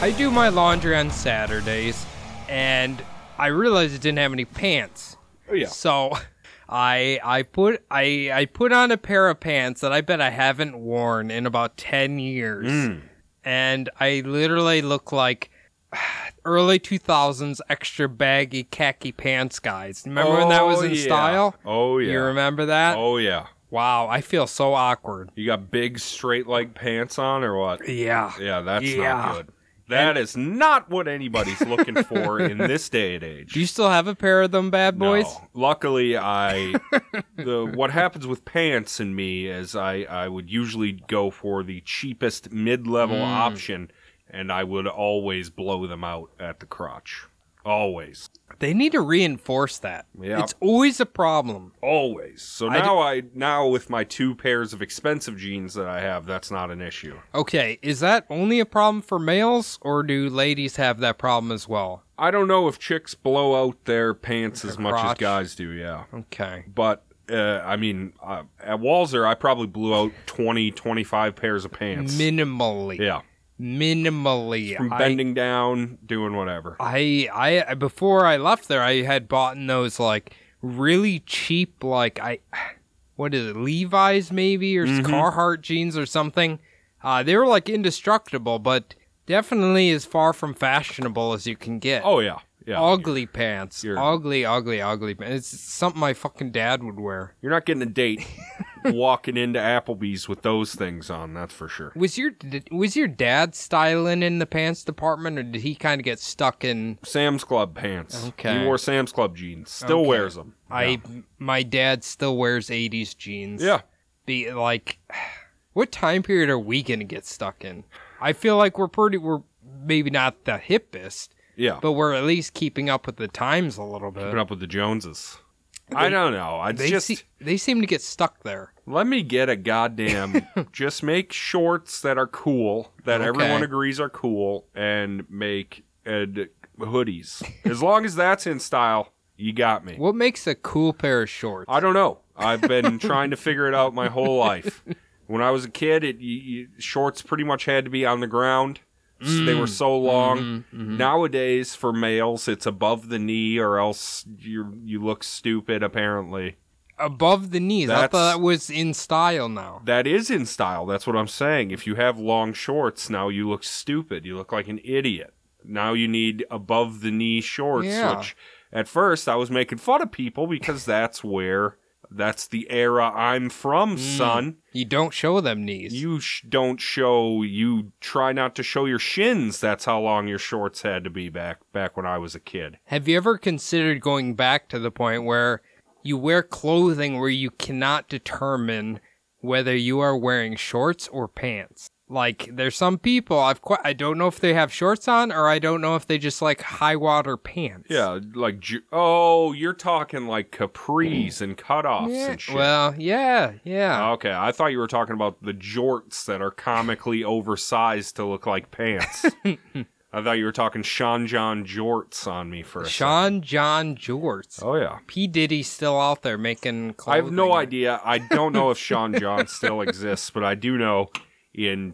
I do my laundry on Saturdays, and I realized it didn't have any pants. Oh yeah. So I I put I I put on a pair of pants that I bet I haven't worn in about ten years, Hmm. and I literally look like early two thousands extra baggy khaki pants guys. Remember when that was Oh, in yeah. style? Oh yeah. You remember that? Oh yeah. Wow, I feel so awkward. You got big straight leg pants on or what? Yeah. Yeah, that's Yeah. not good. That is not what anybody's looking for in this day and age. Do you still have a pair of them bad boys? No. Luckily, I the what happens with pants and me is I I would usually go for the cheapest mid level Mm. option, and I would always blow them out at the crotch. Always, They need to reinforce that. Yeah. It's always a problem. always. So I now I now with my two pairs of expensive jeans that I have, that's not an issue. Okay, is that only a problem for males or do ladies have that problem as well? I don't know if chicks blow out their pants as much as crotch. guys do. Yeah. Okay. but uh, I mean, uh, at Walzer, I probably blew out 20, 25 pairs of pants. Minimally. yeah, Minimally. from bending down, doing whatever. I, I I before I left there I had bought those like really cheap like I what is it, Levi's maybe or Mm-hmm. Carhartt jeans or something. Uh, they were like indestructible, but definitely as far from fashionable as you can get. Oh yeah, yeah. ugly pants. You're- Ugly, ugly, ugly pants. It's something my fucking dad would wear. You're not getting a date walking into Applebee's with those things on. That's for sure. Was your did- was your dad styling in the pants department, or did he kind of get stuck in? Sam's Club pants. Okay. He wore Sam's Club jeans. Still Okay. wears them. I my dad still wears '80s jeans. Yeah. Be like, what time period are we gonna get stuck in? I feel like we're pretty. We're maybe not the hippest, Yeah. but we're at least keeping up with the times a little bit. Keeping up with the Joneses. I don't know. I They uh, just se- they seem to get stuck there. Let me get a goddamn. just make shorts that are cool, that Okay. everyone agrees are cool, and make and hoodies. As long as that's in style, you got me. What makes a cool pair of shorts? I don't know. I've been trying to figure it out my whole life. When I was a kid, it you, you, shorts pretty much had to be on the ground. S- they were so long. Mm-hmm, Mm-hmm. Nowadays, for males, it's above the knee, or else you you look stupid. Apparently, Above the knees. I That's- thought that was in style now. That is in style. That's what I'm saying. If you have long shorts, now you look stupid. You look like an idiot. Now you need above the knee shorts, Yeah. which at first I was making fun of people because that's where that's the era I'm Mm. from, son. You don't show them knees. You sh- don't show you try not to show your shins. That's how long your shorts had to be back back when I was a kid. Have you ever considered going back to the point where you wear clothing where you cannot determine whether you are wearing shorts or pants? Like there's some people I've quite I don't know if they have shorts on or I don't know if they just like high water pants. Yeah, like ju- oh, you're talking like capris and cutoffs Yeah, and shit. Well, yeah, yeah. Okay, I thought you were talking about the jorts that are comically oversized to look like pants. I thought you were talking Sean John jorts on me for a Sean John Jorts. second. Oh yeah. P Diddy's still out there making I clothing. have no idea. I don't know if Sean John still exists, but I do know in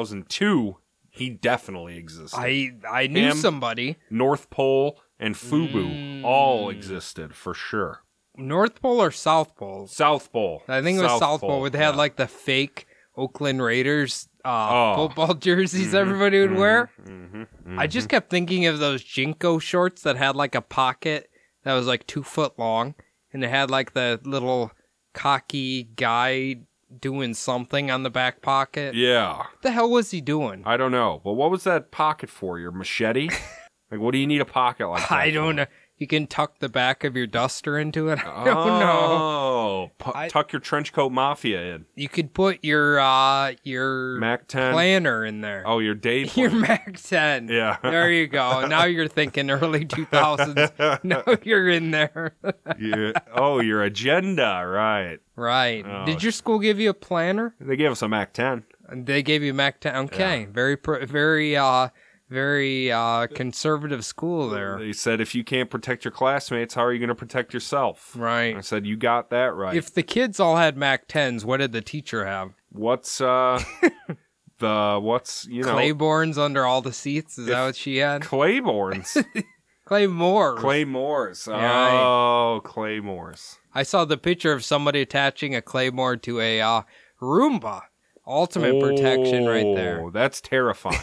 2002 he definitely existed. I I knew Him. somebody. North Pole and Mm. Fubu all existed for sure. North Pole or South Pole? South Pole. I think it was South Pole where they had yeah. like the fake Oakland Raiders uh, Oh. football jerseys everybody would wear. Mhm. I just kept thinking of those Jinko shorts that had like a pocket that was like two foot long and it had like the little cocky guy doing something on the back pocket. mm-hmm. Yeah. What the hell was he doing? I don't know. But what was that pocket for? Your machete? like, what do you need a pocket like that? I for? don't know. You can tuck the back of your duster into it. I don't know. Oh, pu- I- tuck your trench coat mafia in. You could put your uh your Mac 10. planner in there. Oh, your day. your plan. Mac 10. yeah. There you go. Now you're thinking early 2000s. Now you're in there. You- oh, your agenda. Right. Right. Oh. Did your school give you a planner? They gave us a Mac 10. They gave you Mac 10. Okay. Very pr- very uh very uh conservative school there. They said, if you can't protect your classmates, how are you going to protect yourself? I Right. said, you got that right. If the kids all had Mac 10s, what did the teacher have? what's, uh, the, what's, you know, Clayborns under all the seats? Is that If- what she had? Clayborns. Claymores. Claymores. Yeah. Oh, Claymores. I saw the picture of somebody attaching a claymore to a uh, Roomba. Ultimate protection right there. Oh, That's terrifying.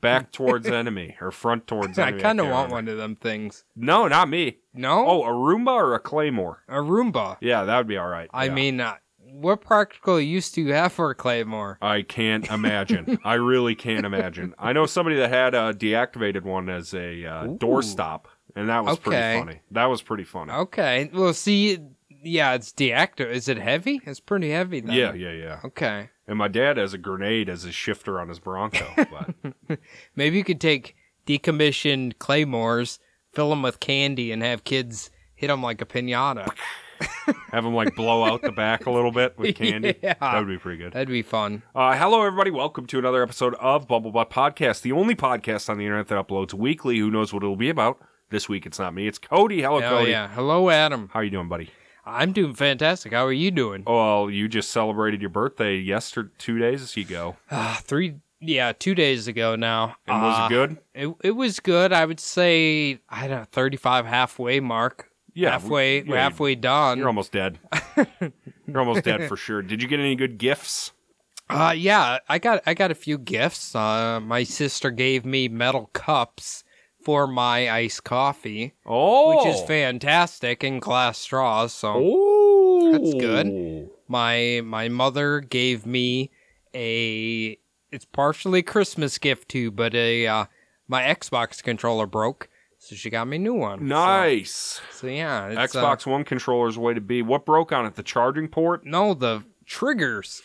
Back towards enemy or front towards I enemy. kind of can't want remember. one of them things. No, not me. No? Oh, a Roomba or a Claymore? A Roomba. Yeah, that would be all right. I Yeah. mean, uh, what practical use do you have for a claymore? I can't imagine. I really can't imagine. I know somebody that had a deactivated one as a uh, Ooh. doorstop, and that was Okay. Oh, pretty funny. That was pretty funny. Okay. Well, see, yeah, it's deactive. Is it heavy? It's pretty heavy then. Yeah, yeah, yeah. Okay. And my dad has a grenade as a shifter on his Bronco. But Maybe you could take decommissioned claymores, fill them with candy, and have kids hit them like a pinata. have him like blow out the back a little bit with candy. Yeah. That would be pretty good. That'd be fun. Uh, hello, everybody. Welcome to another episode of Bubble Butt Podcast, the only podcast on the internet that uploads weekly. Who knows what it'll be about? This week, it's not me. It's Cody. Hello, Hell Cody. yeah. Hello, Adam. How are you doing, buddy? I'm doing fantastic. How are you doing? Oh, well, you just celebrated your birthday yesterday, two days ago. Uh, three, yeah, two days ago now. And was Uh, it good? It, it was good. I would say, I don't know, 35 halfway mark. Yeah, halfway, we- yeah, we're halfway done. You're almost dead. You're almost dead for sure. Did you get any good gifts? Uh, yeah, I got I got a few gifts. Uh, my sister gave me metal cups for my iced coffee, Oh, which is fantastic, and glass straws. So Oh, That's good. my my mother gave me a it's partially Christmas gift too, but a uh, my Xbox controller broke, so she got me a new one. So- Nice. So, yeah, uh, it's, uh, Xbox One controller's way to be. What broke on it? The charging port? no, the triggers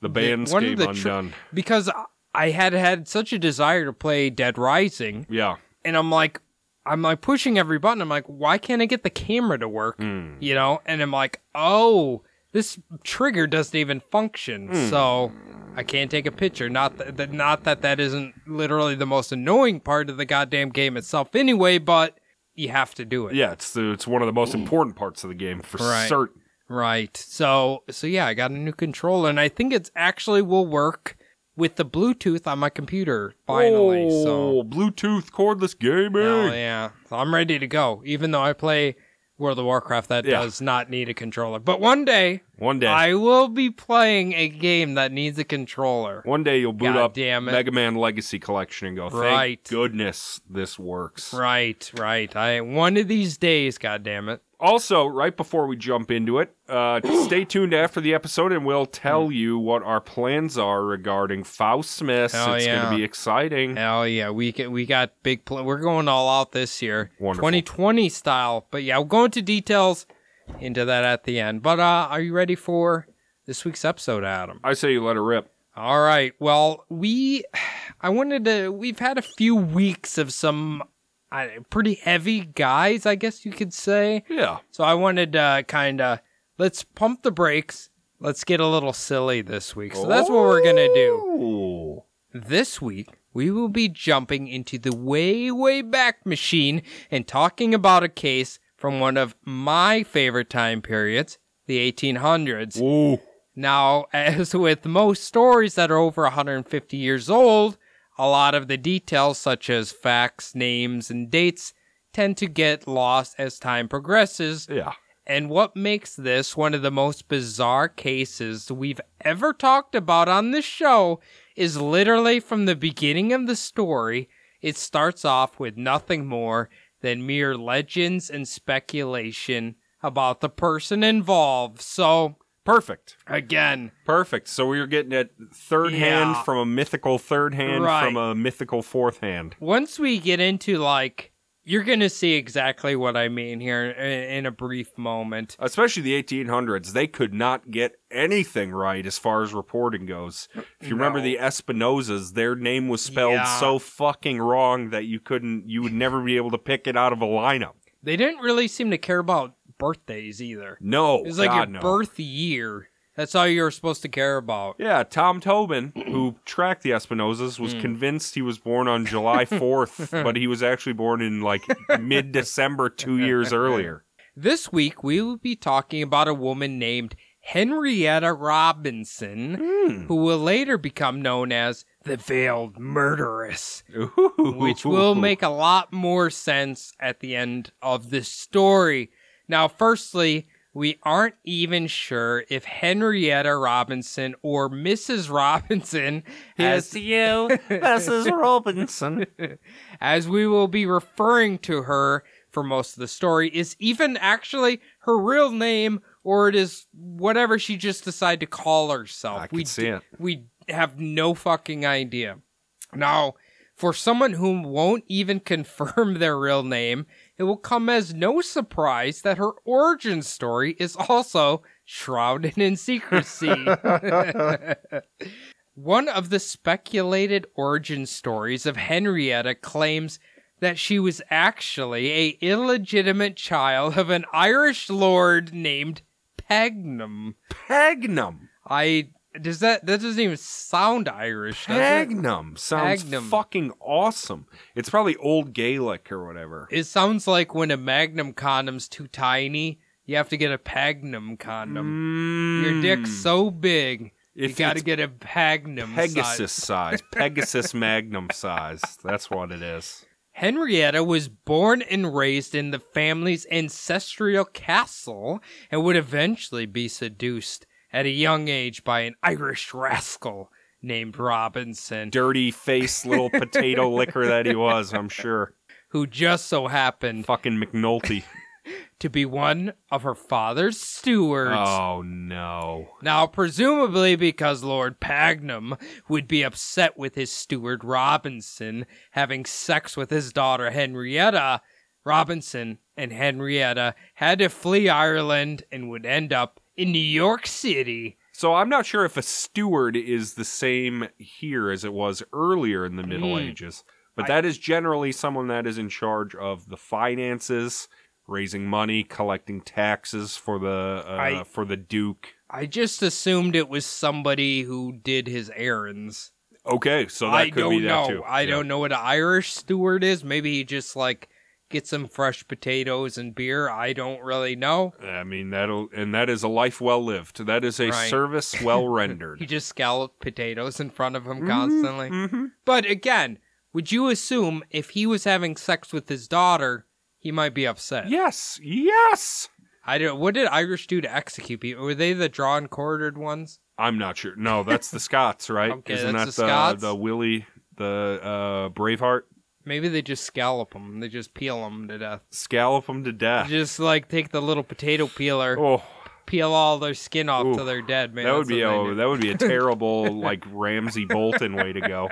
The bands one of came the tr- undone. because I- I had had such a desire to play Dead Rising. yeah. and I'm like, I'm like pushing every button. I'm like, why can't I get the camera to work? Hmm. You know? And I'm like, oh, this trigger doesn't even function, so I can't take a picture. Not that, that, not that that isn't literally the most annoying part of the goddamn game itself, anyway. But you have to do it, Yeah, it's the, it's one of the most important parts of the game for Right. certain. right? So, so yeah, I got a new controller, and I think it's actually will work with the Bluetooth on my computer finally. So Oh, Bluetooth cordless gaming. Hell yeah. So I'm ready to go, even though I play World of Warcraft that Yeah. does not need a controller. But one day, One day, I will be playing a game that needs a controller. one day you'll boot God up damn it. Mega Man Legacy Collection and go, thank Right. goodness this works. Right, right. I one of these days, god damn it. Also, right before we jump into it, uh, stay tuned after the episode and we'll Mm. tell you what our plans are regarding Faustmas. Hell it's going yeah. to be exciting. Hell yeah, we get, we got big pl- we're going all out this year. Wonderful. 2020 style. But yeah, we'll go into details into that at the end. But uh are you ready for this week's episode, Adam? I say you let it rip. All right. Well, we, I wanted to, we've had a few weeks of some uh, pretty heavy guys, I guess you could say. Yeah. So I wanted to kind of, let's pump the brakes. Let's get a little silly this week. So that's what we're going to do. do. This week, we will be jumping into the way, way back machine and talking about a case from one of my favorite time periods, the 1800s. Ooh. Now, as with most stories that are over 150 years old, a lot of the details, such as facts, names, and dates, tend to get lost as time progresses. Yeah. And what makes this one of the most bizarre cases we've ever talked about on this show is literally from the beginning of the story, it starts off with nothing more than mere legends and speculation about the person involved. So, Perfect. Again, Perfect. So we are getting at third hand Yeah. from a mythical third hand Right. from a mythical fourth hand. once we get into like, you're gonna see exactly what I mean here in, in a brief moment. Especially the 1800s, they could not get anything right as far as reporting goes. If you remember No. the Espinosas, their name was spelled Yeah. so fucking wrong that you couldn't, you would never be able to pick it out of a lineup. They didn't really seem to care about birthdays either. No, It was like your God, no. birth year. That's all you were supposed to care about. Yeah, Tom Tobin, who tracked the Espinosas, was Hmm. convinced he was born on July 4th, but he was actually born in like mid December two years earlier. This week, we will be talking about a woman named Henrietta Robinson, Hmm. who will later become known as the Veiled Murderess, Ooh. which will make a lot more sense at the end of this story. Now, firstly, we aren't even sure if Henrietta Robinson or Mrs. Robinson, as, you, Mrs. Robinson. as we will be referring to her for most of the story, is even actually her real name or it is whatever she just decided to call herself. I can see it. We have no fucking idea. Now, for someone who won't even confirm their real name, it will come as no surprise that her origin story is also shrouded in secrecy. One of the speculated origin stories of Henrietta claims that she was actually a illegitimate child of an Irish lord named Pagnum. Pagnum. I does that that doesn't even sound Irish, does it? Pagnum sounds Pagnum. fucking awesome. It's probably old Gaelic or whatever. It sounds like when a Magnum condom's too tiny, you have to get a Pagnum condom. Mm. Your dick's so big, you Mm. Hmm. If got to it's get a Pagnum. size. Pegasus size. Pegasus Magnum size. That's what it is. Henrietta was born and raised in the family's ancestral castle and would eventually be seduced at a young age by an Irish rascal named Robinson, Dirty face little potato licker that he was, I'm sure. who just so happened Fucking McNulty. to be one of her father's stewards. Oh no. Now, presumably because Lord Pagnum would be upset with his steward Robinson having sex with his daughter Henrietta, Robinson and Henrietta had to flee Ireland and would end up in New York City. So I'm not sure if a steward is the same here as it was earlier in the Middle Mm. Ages, but that is generally someone that is in charge of the finances, raising money, collecting taxes for the uh, I- for the duke. I just assumed it was somebody who did his errands. Okay, so that I could don't be know. that too. I Yeah. don't know what an Irish steward is. Maybe he just like gets some fresh potatoes and beer. I don't really know. I mean that'll and that is a life well lived. That is a Right. service well He rendered. Mm-hmm, just scalloped potatoes in front of him constantly. hmm But again, would you assume if he was having sex with his daughter, he might be upset? Yes, yes. I don't. What did Irish do to execute people? Were they the drawn quartered ones? I'm not sure. No, that's the Scots, right? Okay, Isn't that's that the Scots. the Willie the uh, Braveheart? Maybe they just scallop them. They just peel them to death. Scallop them to death. Just like take the little potato peeler, Ah. Oh, peel all their skin off Ooh, till they're dead. Man, that would That's be what they a, do. that would be a terrible like Ramsey Bolton way to go.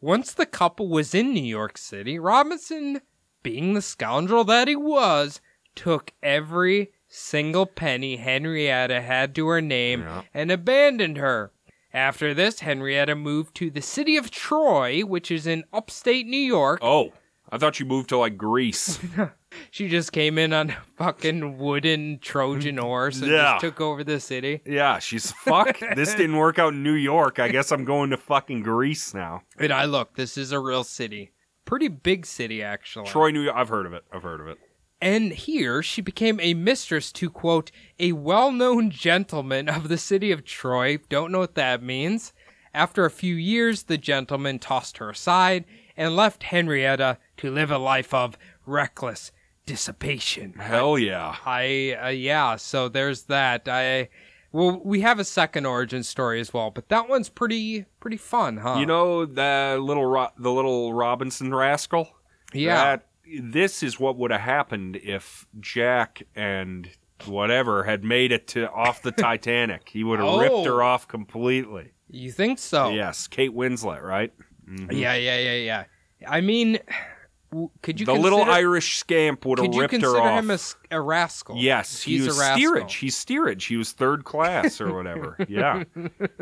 Once the couple was in New York City, Robinson, being the scoundrel that he was, took every single penny Henrietta had to her name Yeah. and abandoned her. After this, Henrietta moved to the city of Troy, which is in upstate New York. Oh, I thought you moved to like Greece. Oh. She just came in on a fucking wooden Trojan horse and Mm, Yeah. just took over the city. Yeah, she's fuck. This didn't work out in New York. I guess I'm going to fucking Greece now. And I look, this is a real city. Pretty big city, actually. Troy, New York. I've heard of it. I've heard of it. And here she became a mistress to, quote, a well known gentleman of the city of Troy. Don't know what that means. After a few years, the gentleman tossed her aside and left Henrietta to live a life of reckless dissipation. Hell yeah. I, uh, yeah, so there's that. I, well, we have a second origin story as well, but that one's pretty, pretty fun, huh? You know the little ro- the little Robinson rascal. yeah. That- this is what would have happened if Jack and whatever had made it to off the Titanic. He would have Oh. ripped her off completely. You think so? Yes, Kate Winslet, right? Mhm. Oh. Yeah, yeah, yeah, yeah. I mean, w- could you the consider, little Irish scamp would have Could you ripped consider her off. him a, s- a rascal? Yes, he's he was a rascal. steerage. He's steerage. He was third class or whatever. yeah,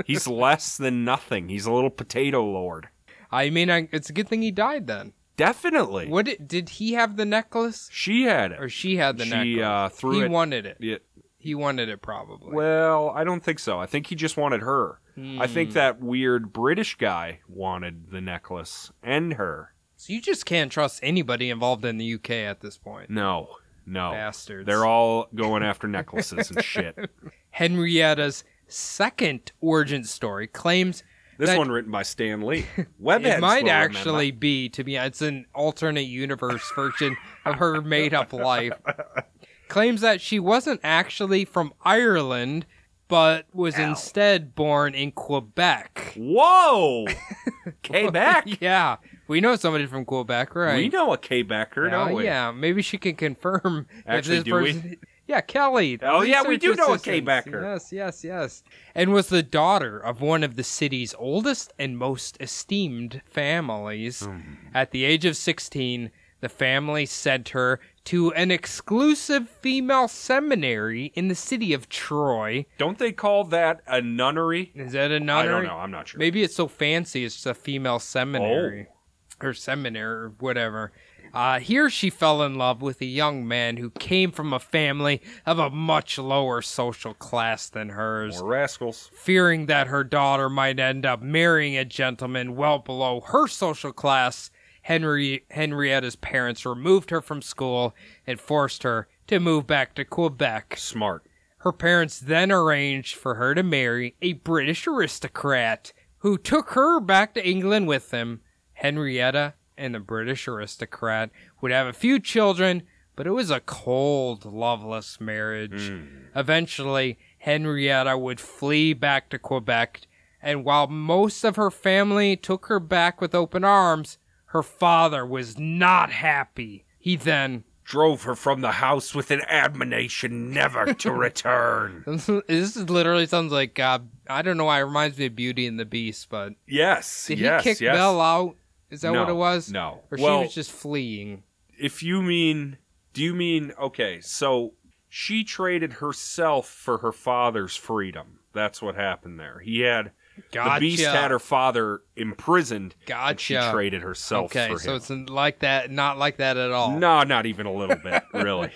he's less than nothing. He's a little potato lord. I mean, I, it's a good thing he died then. Definitely, What did, did he have the necklace she had or it. she had the She necklace? uh, threw he it. wanted it. Yeah. He wanted it probably. Well, I don't think so. I think he just wanted her. I Mm. Hmm. think that weird British guy wanted the necklace and her. So you just can't trust anybody involved in the UK at this point. No, no. Bastards. They're all going after necklaces and shit. Henrietta's second origin story claims This That- one written by Stan Lee. Webheads it might will remember. actually be to be it's an alternate universe version of her made up life. Claims that she wasn't actually from Ireland, but was instead born in Quebec. Whoa! Quebec. Yeah, we know somebody from Quebec, right? We know a Quebecer, yeah, don't we? yeah, maybe she can confirm. if Actually, this do we? person- Yeah, Kelly. the Oh, yeah, we research do know a assistant. Quebecer. Yes, yes, yes. And was the daughter of one of the city's oldest and most esteemed families. Hmm. At the age of 16, the family sent her to an exclusive female seminary in the city of Troy. Don't they call that a nunnery? Is that a I nunnery? don't know. I'm not sure. Maybe it's so fancy it's a female seminary Oh. or seminary or whatever. Uh, here she fell in love with a young man who came from a family of a much lower social class than hers. More rascals. Fearing that her daughter might end up marrying a gentleman well below her social class, Henry Henrietta's parents removed her from school and forced her to move back to Quebec. Smart. Her parents then arranged for her to marry a British aristocrat who took her back to England with him. Henrietta and the British aristocrat would have a few children, but it was a cold, loveless marriage. Eventually, Henrietta would flee back to Quebec, and while most of her family took her back with open arms, her father was not happy. He then Drove her from the house with an admonition never to return. this is literally sounds like uh, I don't know why it reminds me of Beauty and the Beast, but Yes. did yes. he kick yes. Belle out? Is that what No, it was? No. Or well, she was just fleeing. if you mean, do you mean okay? So she traded herself for her father's freedom. That's what happened there. He had Gotcha. the beast had her father imprisoned, and she Gotcha. traded herself okay, for him. so it's like that, not like that at all. no, not even a little bit, really.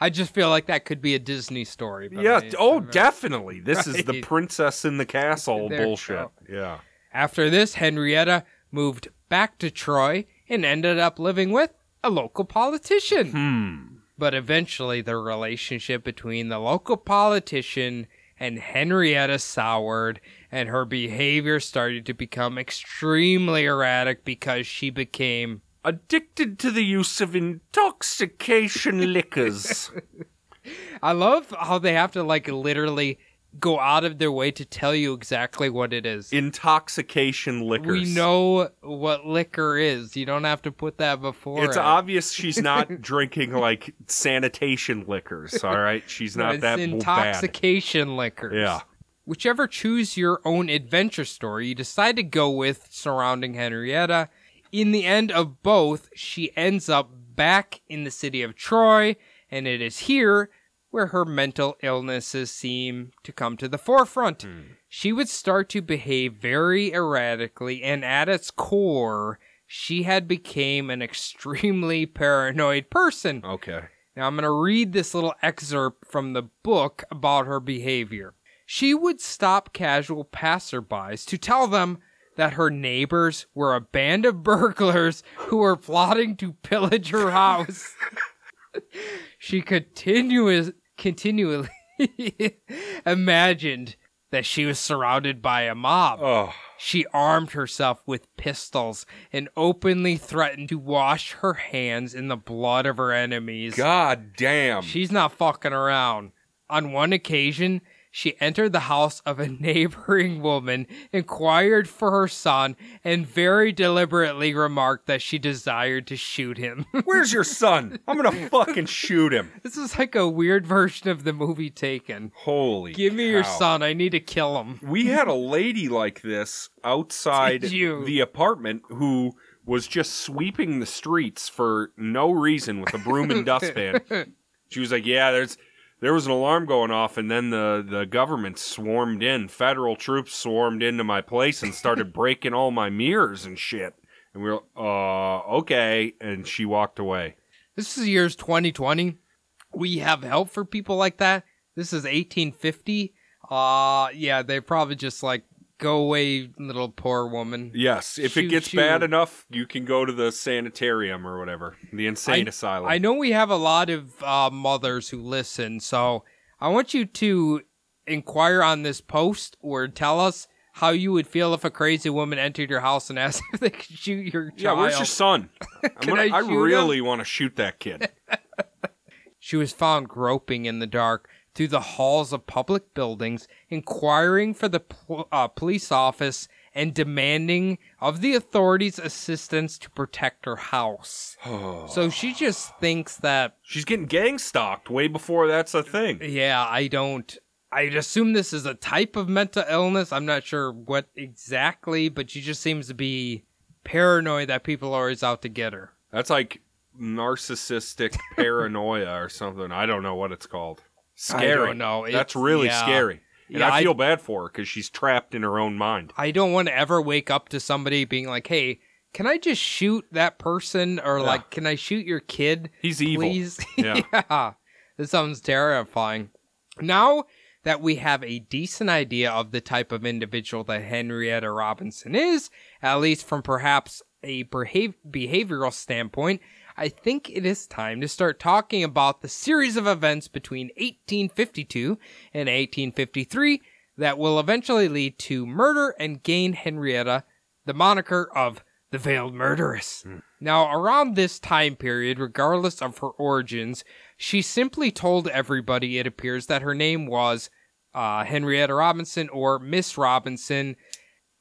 I just feel like that could be a Disney story. But Yeah. I- oh, I don't know. definitely. This is the Right. princess in the castle There you bullshit. go. Yeah. After this, Henrietta moved back to Troy and ended up living with a local politician. Hmm. But eventually, the relationship between the local politician and Henrietta soured, and her behavior started to become extremely erratic because she became. Addicted to the use of intoxication liquors. I love how they have to, like, literally go out of their way to tell you exactly what it is. intoxication liquors. We know what liquor is. You don't have to put that before. It's it. obvious she's not drinking like sanitation liquors, all right? She's No, not it's that intoxication liquors. bad. Yeah. Whichever choose your own adventure story you decide to go with surrounding Henrietta. In the end of both, she ends up back in the city of Troy, and it is here where her mental illnesses seem to come to the forefront. Hmm. She would start to behave very erratically, and at its core, she had became an extremely paranoid person. Okay. Now, I'm going to read this little excerpt from the book about her behavior. She would stop casual passerbys to tell them that her neighbors were a band of burglars who were plotting to pillage her house. she continuous, continually imagined that she was surrounded by a mob. Oh, She armed herself with pistols and openly threatened to wash her hands in the blood of her enemies. god damn. She's not fucking around. On one occasion, she entered the house of a neighboring woman, inquired for her son, and very deliberately remarked that she desired to shoot him. Where's your son? I'm gonna fucking shoot him. this is like a weird version of the movie Taken. Holy. Give me your cow. son. I need to kill him. We had a lady like this outside Did you? the apartment who was just sweeping the streets for no reason with a broom and dustpan. She was like, "Yeah, there's there was an alarm going off, and then the the government swarmed in. Federal troops swarmed into my place and started breaking all my mirrors and shit." And we were, uh, okay. And she walked away. This is years 2020. We have help for people like that. This is 1850. Uh yeah, they probably just like go away, little poor woman. Yes, if Shoo, it gets shoo. bad enough, you can go to the sanitarium or whatever, the insane asylum. I know we have a lot of uh, mothers who listen, so I want you to inquire on this post or tell us how you would feel if a crazy woman entered your house and asked if they could shoot your child. Yeah, where's your son? I'm gonna, I I, shoot him? really want to shoot that kid. She was found groping in the dark through the halls of public buildings, inquiring for the pl- uh, police office and demanding of the authorities assistance to protect her house. So she just thinks that, She's getting gang stalked way before that's a thing. yeah, I don't. I'd assume this is a type of mental illness. I'm not sure what exactly, but she just seems to be paranoid that people are always out to get her. That's like narcissistic paranoia or something. I don't know what it's called. Scary. don't know. It's- that's really yeah. scary. And Yeah, I I- feel bad for her because she's trapped in her own mind. I don't want to ever wake up to somebody being like, "Hey, can I just shoot that person?" Or Yeah. like, "Can I shoot your kid?" He's evil. Please. Yeah. yeah. This sounds terrifying. Now that we have a decent idea of the type of individual that Henrietta Robinson is, at least from perhaps a behav- behavioral standpoint, I think it is time to start talking about the series of events between 1852 and 1853 that will eventually lead to murder and gain Henrietta the moniker of the Veiled Murderess. Hmm. Now, around this time period, regardless of her origins, she simply told everybody, it appears, that her name was uh, Henrietta Robinson or Miss Robinson.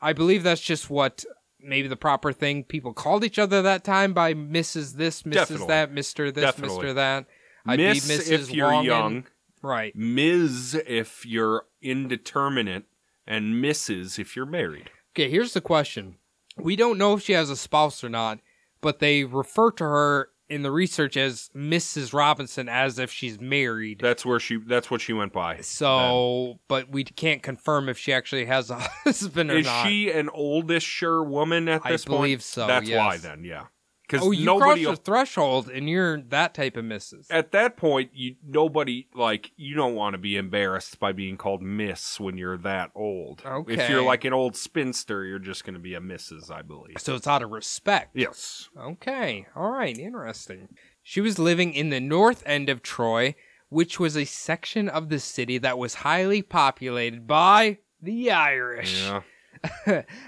I believe that's just what maybe the proper thing people called each other that time by Mrs. This, Mrs. Definitely. That, Mr. This, Definitely. Mr. That. I'd Miss be Mrs. if you're Wongen. young, Right. Ms. if you're indeterminate, and Mrs. if you're married. Okay, here's the question. We don't know if she has a spouse or not, but they refer to her in the research as Mrs. Robinson as if she's married. That's where she. That's what she went by. So, but we can't confirm if she actually has a husband or Is not. she an oldish-er woman at I this point? believe so, That's yes. why then, yeah. Because oh, you crossed nobody the threshold and you're that type of missus. at that point, you nobody like you don't want to be embarrassed by being called Miss when you're that old. If Okay. you're like an old spinster, you're just going to be a Mrs. I believe. So it's out of respect. Yes. Okay. All right. Interesting. She was living in the north end of Troy, which was a section of the city that was highly populated by the Irish. Yeah.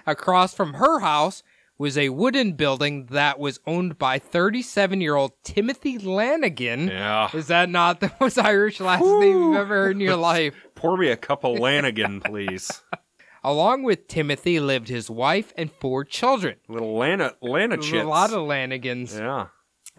Across from her house was a wooden building that was owned by 37 year old Timothy Lanigan. Yeah. Is that not the most Irish last name you've ever heard in your life? Pour me a cup of Lanigan, please. Along with Timothy lived his wife and four children. Little Lana Lana There's a chits. lot of Lanigans. yeah.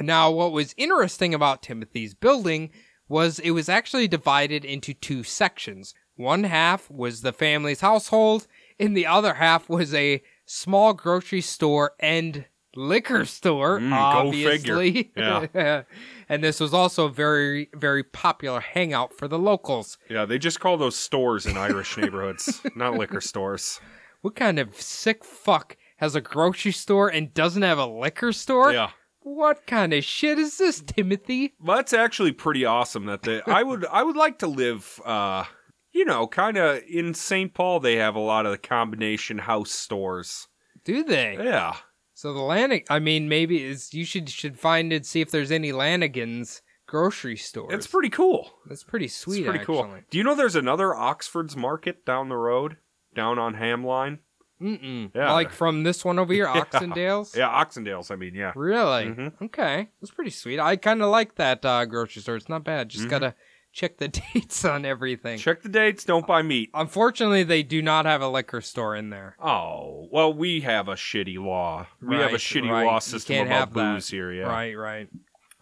Now, what was interesting about Timothy's building was it was actually divided into two sections. One half was the family's household, and the other half was a small grocery store and liquor store, Mm, go figure. obviously. Yeah. and this was also a very, very popular hangout for the locals. Yeah, they just call those stores in Irish neighborhoods, not liquor stores. What kind of sick fuck has a grocery store and doesn't have a liquor store? Yeah. What kind of shit is this, Timothy? Well, that's actually pretty awesome that they I would I would like to live uh you know, kind of in St. Paul they have a lot of the combination house stores. Do they? Yeah. So the Lanig, I mean, maybe is you should should find and see if there's any Lanigans grocery stores. It's pretty cool. that's pretty sweet. it's pretty cool. actually. Do you know there's another Oxford's Market down the road, down on Hamline? Mm-mm. Yeah. Like from this one over here, Yeah. Oxendales. Yeah, Oxendales, I mean, yeah. Really? Mhm. Okay. That's pretty sweet. I kind of like that uh, grocery store. It's not bad. Just Mhm. gotta check the dates on everything. Check the dates. Don't buy Oh. meat. Unfortunately, they do not have a liquor store in there. Oh well, we have a shitty law. We have a Right, shitty right. law You system can't about have that. booze here. Yeah. Right, right.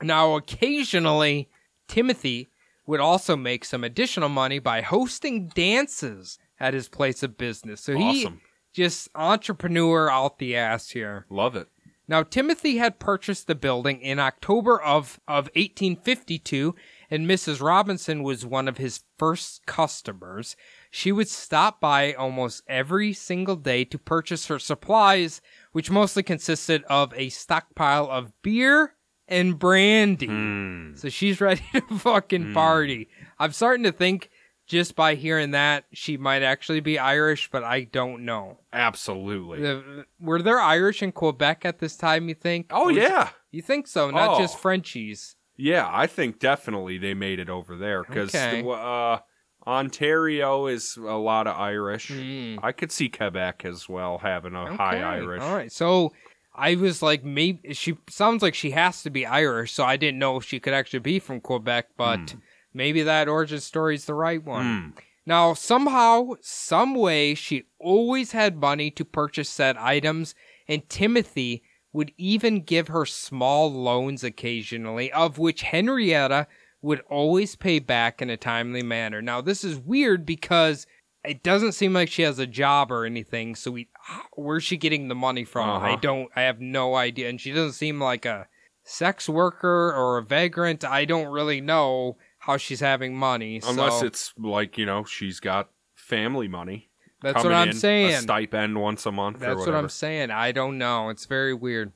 Now, occasionally, Timothy would also make some additional money by hosting dances at his place of business. So he Awesome. just entrepreneur out the ass here. Love it. Now, Timothy had purchased the building in October of, of 1852, and Mrs. Robinson was one of his first customers. She would stop by almost every single day to purchase her supplies, which mostly consisted of a stockpile of beer and brandy. Mm. So she's ready to fucking party. I'm starting to think just by hearing that, she might actually be Irish, but I don't know. Absolutely. The- were there Irish in Quebec at this time? You think? Oh Or was- yeah. you think so? Not Oh. just Frenchies. Yeah, I think definitely they made it over there because Okay. uh, Ontario is a lot of Irish. Mm. I could see Quebec as well having a Hmm. high Hmm. Okay. Irish. All right, so. I was like, maybe she sounds like she has to be Irish, so I didn't know if she could actually be from Quebec, but Hmm. maybe that origin story's the right one. Mm. Now, somehow, some way, she always had money to purchase said items, and Timothy would even give her small loans occasionally, of which Henrietta would always pay back in a timely manner. Now, this is weird because it doesn't seem like she has a job or anything, so we, where's she getting the money from? Uh-huh. I don't, I have no idea. And she doesn't seem like a sex worker or a vagrant. I don't really know how she's having money. Unless so. it's like, you know, she's got family money. That's what coming I'm in, A saying. stipend once a month or That's what whatever. I'm saying. I don't know. It's very weird.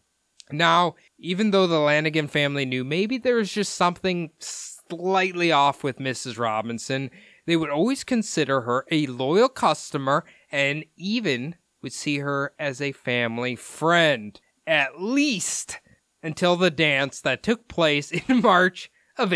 Now, even though the Lanigan family knew, maybe there was just something slightly off with Mrs. Robinson. They would always consider her a loyal customer and even would see her as a family friend, at least until the dance that took place in March of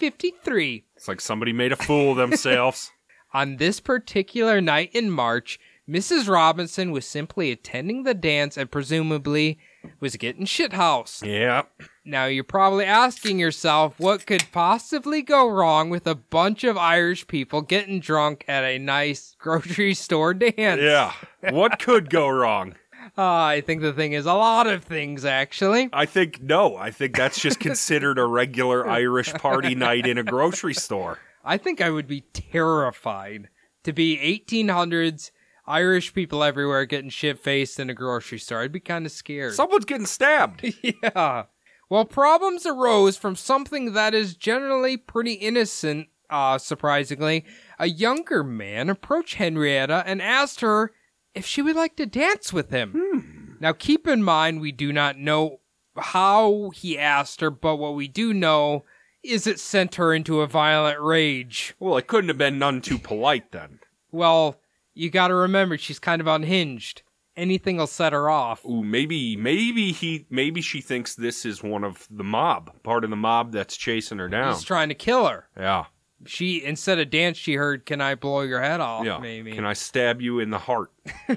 1853. It's like somebody made a fool of themselves. On this particular night in March, Mrs. Robinson was simply attending the dance and presumably was getting shithoused. yeah. Now, you're probably asking yourself what could possibly go wrong with a bunch of Irish people getting drunk at a nice grocery store dance? Yeah. What could go wrong? Uh, I think the thing is a lot of things, actually. I think no. I think that's just considered a regular Irish party night in a grocery store. I think I would be terrified to be 1800s Irish people everywhere getting shit faced in a grocery store. I'd be kind of scared. Someone's getting stabbed. yeah. Well, problems arose from something that is generally pretty innocent, uh, surprisingly. A younger man approached Henrietta and asked her if she would like to dance with him. Now, keep in mind, we do not know how he asked her, but what we do know is it sent her into a violent rage. Well, it couldn't have been none too polite then. Well, you gotta remember, she's kind of unhinged. Anything will set her off. Ooh, maybe, maybe he, maybe she thinks this is one of the mob, part of the mob that's chasing her down. He's trying to kill her. yeah, she instead of dance she heard can i blow your head off yeah. maybe Can I stab you in the heart? well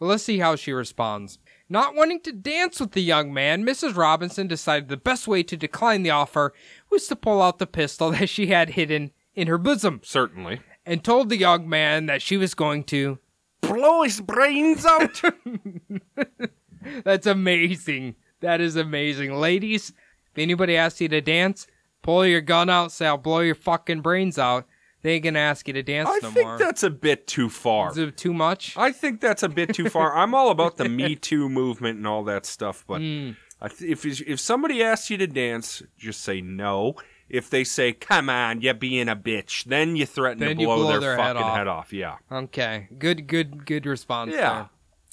let's see how she responds not wanting to dance with the young man mrs robinson decided the best way to decline the offer was to pull out the pistol that she had hidden in her bosom Certainly. and told the young man that she was going to Blow his brains out. that's amazing that is amazing ladies if anybody asks you to dance pull your gun out say i'll blow your fucking brains out they ain't gonna ask you to dance I no think more that's a bit too far. is it too much I think that's a bit too far. I'm all about the Me Too movement and all that stuff, but Mm. I th- if if somebody asks you to dance, just say no. If they say, "Come on, you're being a bitch," then you threaten Then to you blow, blow their, their head fucking off. head off. Yeah. Okay. Good, good, good response. Yeah.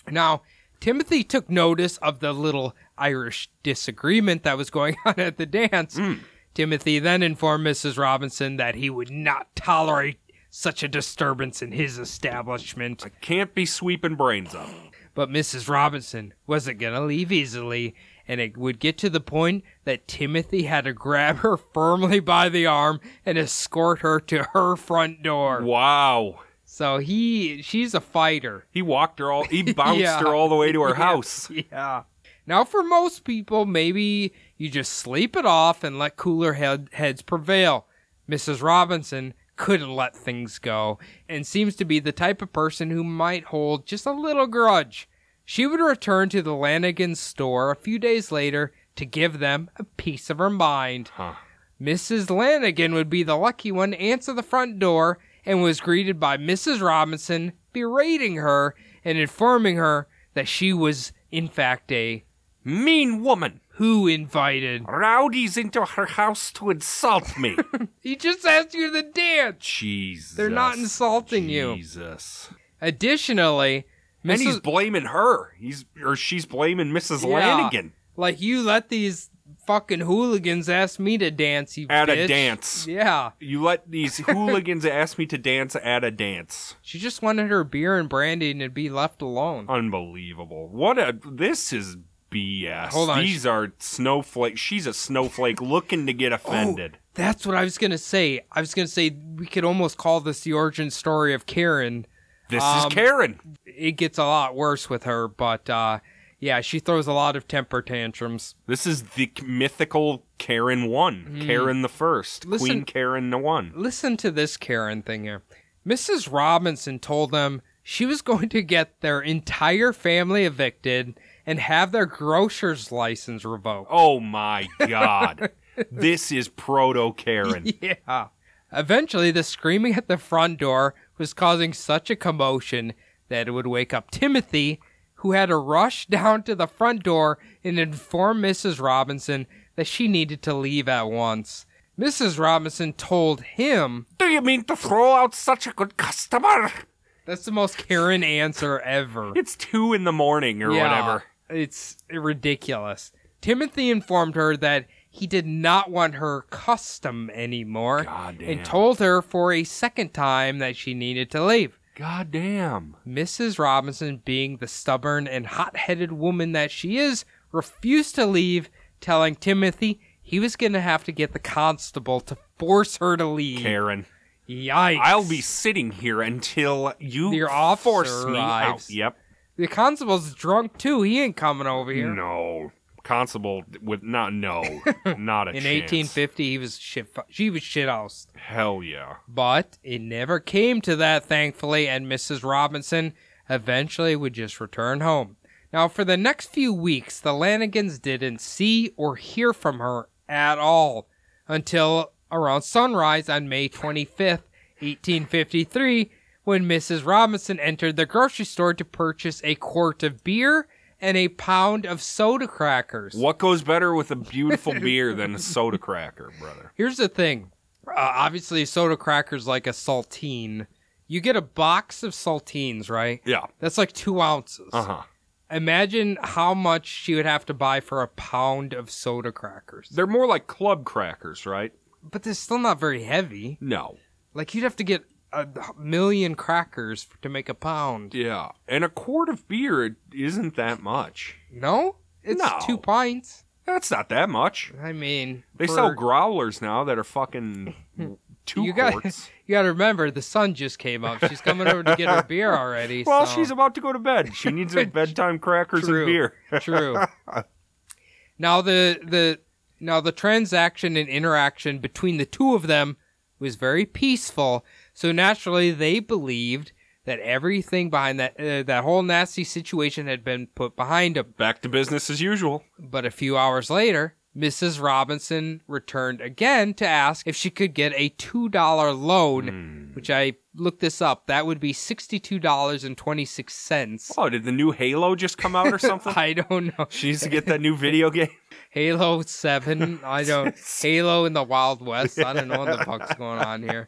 there. Now, Timothy took notice of the little Irish disagreement that was going on at the dance. Mm. Timothy then informed Mrs. Robinson that he would not tolerate such a disturbance in his establishment. I can't be sweeping brains up. But Mrs. Robinson wasn't going to leave easily, and it would get to the point that Timothy had to grab her firmly by the arm and escort her to her front door. Wow. So he she's a fighter. He walked her all. He bounced Yeah. her all the way to her house. Yeah. Now, for most people, maybe you just sleep it off and let cooler head- heads prevail. Mrs. Robinson couldn't let things go and seems to be the type of person who might hold just a little grudge. She would return to the Lanigan's store a few days later to give them a piece of her mind. Huh. Mrs. Lanigan would be the lucky one to answer the front door and was greeted by Mrs. Robinson, berating her and informing her that she was, in fact, a Mean woman. who invited. Rowdies into her house to insult me. He just asked you to dance. Jesus. They're not insulting you. Jesus. Additionally, And he's Mrs. blaming her. He's or she's blaming Mrs. Yeah. Lanigan Like you let these fucking hooligans ask me to dance, you at a bitch. dance. Yeah. You let these hooligans ask me to dance at a dance. She just wanted her beer and brandy and to be left alone. Unbelievable. What a this is BS. Hold on. These are snowflake. She's a snowflake looking to get Oh, offended. That's what I was gonna say. I was gonna say we could almost call this the origin story of Karen. this um, is Karen. It gets a lot worse with her, but uh, yeah, she throws a lot of temper tantrums. This is the mythical Karen one, Karen the first, Hmm. Listen- Queen Karen the one. Listen to this Karen thing here. Mrs. Robinson told them she was going to get their entire family evicted and have their grocer's license revoked. Oh my god, this is proto Karen. Yeah. Eventually, the screaming at the front door was causing such a commotion that it would wake up Timothy, who had to rush down to the front door and inform Mrs. Robinson that she needed to leave at once. Mrs. Robinson told him Do you mean to throw out such a good customer? that's the most Karen answer ever. It's two in the morning or whatever. It's ridiculous. Timothy informed her that he did not want her custom anymore Goddamn. and told her for a second time that she needed to leave. God damn. Mrs. Robinson, being the stubborn and hot headed woman that she is, refused to leave, telling Timothy he was going to have to get the constable to force her to leave. Karen, Yikes. I'll be sitting here until you Your officer force me arrives. out. Yep. The constable's drunk too. He ain't coming over here. No. Constable with not no, not a In chance. 1850, he was shit. She was shithoused. Hell yeah. But it never came to that, thankfully, and Mrs. Robinson eventually would just return home. Now, for the next few weeks, the Lanigans didn't see or hear from her at all until around sunrise on May 25th, 1853, when Mrs. Robinson entered the grocery store to purchase a quart of beer and a pound of soda crackers. What goes better with a beautiful beer than a soda cracker, brother? Here's the thing. Uh, obviously, soda crackers like a saltine. You get a box of saltines, right? Yeah. That's like two ounces. Uh huh. Imagine how much she would have to buy for a pound of soda crackers. They're more like club crackers, right? But they're still not very heavy. No. Like you'd have to get a million crackers to make a pound. Yeah. And a quart of beer it isn't that much. No, it's No. two pints. That's not that much. I mean, They for- sell growlers now that are fucking two You got- quarts. you got to remember the sun just came up. She's coming over to get her beer already. well, so- she's about to go to bed. She needs her bedtime crackers True. and beer. True. now the the now the transaction and interaction between the two of them was very peaceful. So naturally, they believed that everything behind that uh, that whole nasty situation had been put behind them. Back to business as usual. But a few hours later, Mrs. Robinson returned again to ask if she could get a two dollar Hmm. loan, which I looked this up. That would be sixty two dollars and twenty six cents. Oh, did the new Halo just come out or something? I don't know. she needs to get that new video game. Halo Seven. I don't Halo in the Wild West. I don't know what the fuck's going on here.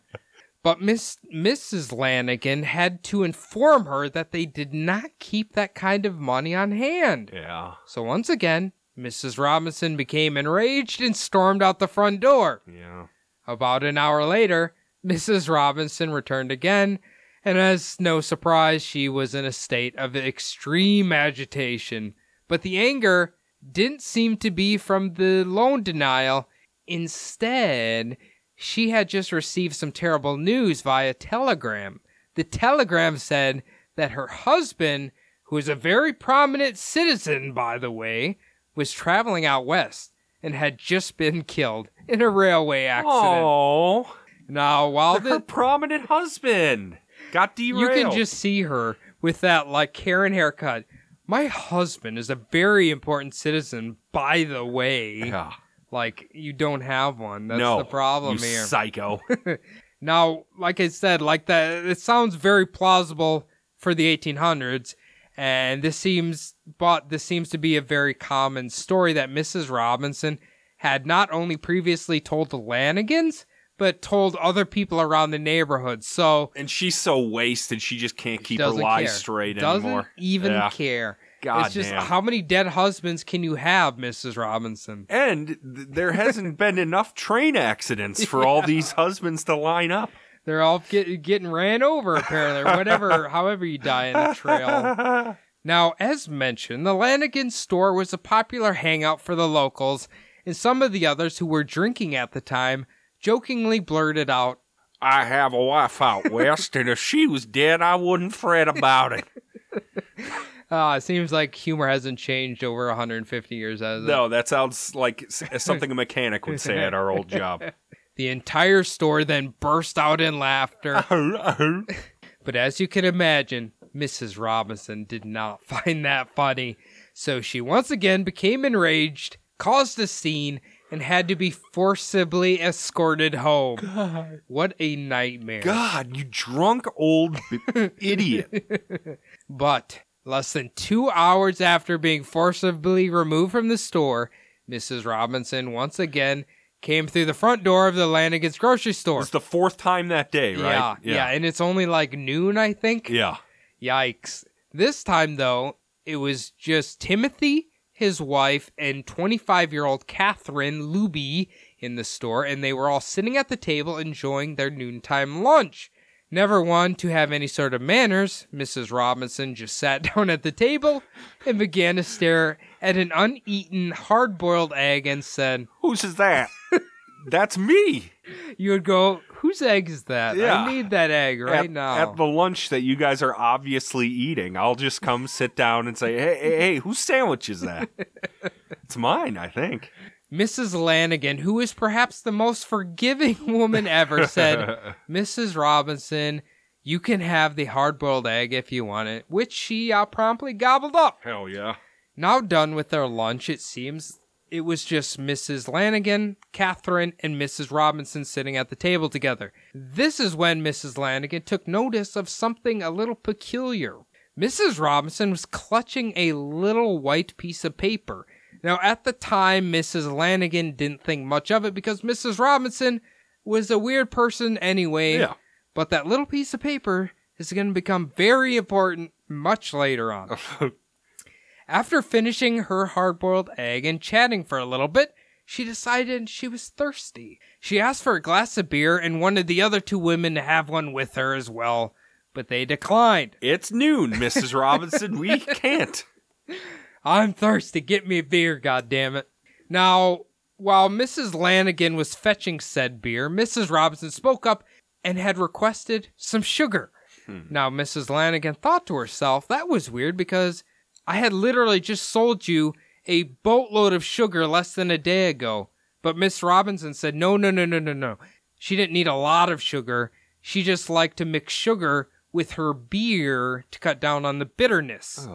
But Miss Mrs. Lanigan had to inform her that they did not keep that kind of money on hand. Yeah. So once again, Mrs. Robinson became enraged and stormed out the front door. Yeah. About an hour later, Mrs. Robinson returned again, and as no surprise, she was in a state of extreme agitation. But the anger didn't seem to be from the loan denial. Instead, she had just received some terrible news via telegram. The telegram said that her husband, who is a very prominent citizen, by the way, was traveling out west and had just been killed in a railway accident. Oh. Now, while Her the, prominent husband got you derailed. can just see her with that like Karen haircut. My husband is a very important citizen, by the way. Yeah. Like you don't have one. That's no, the problem you here. Psycho. Now, like I said, like that, it sounds very plausible for the 1800s, and this seems, but this seems to be a very common story that Mrs. Robinson had not only previously told the Lanigans, but told other people around the neighborhood. So and she's so wasted, she just can't keep her doesn't lies care. straight doesn't anymore. even Yeah. care. God it's just damn. how many dead husbands can you have, Mrs. Robinson? and th- there hasn't been enough train accidents for all these husbands to line up. They're all get, getting ran over apparently, or whatever. however, you die in the trail. Now, as mentioned, the Lanigan store was a popular hangout for the locals, and some of the others who were drinking at the time jokingly blurted out, I have a wife out west, and if she was dead, I wouldn't fret about it. Ah, it seems like humor hasn't changed over 150 years, has it? No, that sounds like s- uh, something a mechanic would say at our old job. The entire store then burst out in laughter. But as you can imagine, Mrs. Robinson did not find that funny, so she once again became enraged, caused a scene, and had to be forcibly escorted home. What a nightmare. God, you drunk old b- idiot. But less than two hours after being forcibly removed from the store, Mrs. Robinson once again came through the front door of the Lanigan's grocery store. It's the fourth time that day, Yeah, right? yeah, and it's only like noon, I think. Yeah. Yikes. This time, though, it was just Timothy, his wife, and 25 year old Catherine Luby in the store, and they were all sitting at the table enjoying their noontime lunch. Never one to have any sort of manners, Mrs. Robinson just sat down at the table and began to stare at an uneaten hard boiled egg and said, Whose is that? That's me. You would go, Whose egg is that? Yeah. I need that egg right at, now. at the lunch that you guys are obviously eating, I'll just come sit down and say, "Hey, hey, hey whose sandwich is that?" it's mine, I think. Mrs. Lanigan, who is perhaps the most forgiving woman ever, said, Mrs. Robinson, you can have the hard boiled egg if you want it, which she uh, promptly gobbled up. Hell yeah. Now done with their lunch, it seems it was just Mrs. Lanigan, Catherine, and Mrs. Robinson sitting at the table together. This is when Mrs. Lanigan took notice of something a little peculiar. Mrs. Robinson was clutching a little white piece of paper. Now, at the time, Mrs. Lanigan didn't think much of it because Mrs. Robinson was a weird person anyway. Yeah. But that little piece of paper is going to become very important much later on. After finishing her hard boiled egg and chatting for a little bit, she decided she was thirsty. She asked for a glass of beer and wanted the other two women to have one with her as well, but they declined. It's noon, Mrs. Robinson. We can't. I'm thirsty. Get me a beer, goddammit. Now, while Mrs. Lanigan was fetching said beer, Mrs. Robinson spoke up and had requested some sugar. Now, Mrs. Lanigan thought to herself, that was weird because I had literally just sold you a boatload of sugar less than a day ago. But Miss Robinson said, no, no, no, no, no, no. She didn't need a lot of sugar. She just liked to mix sugar with her beer to cut down on the Oh. bitterness.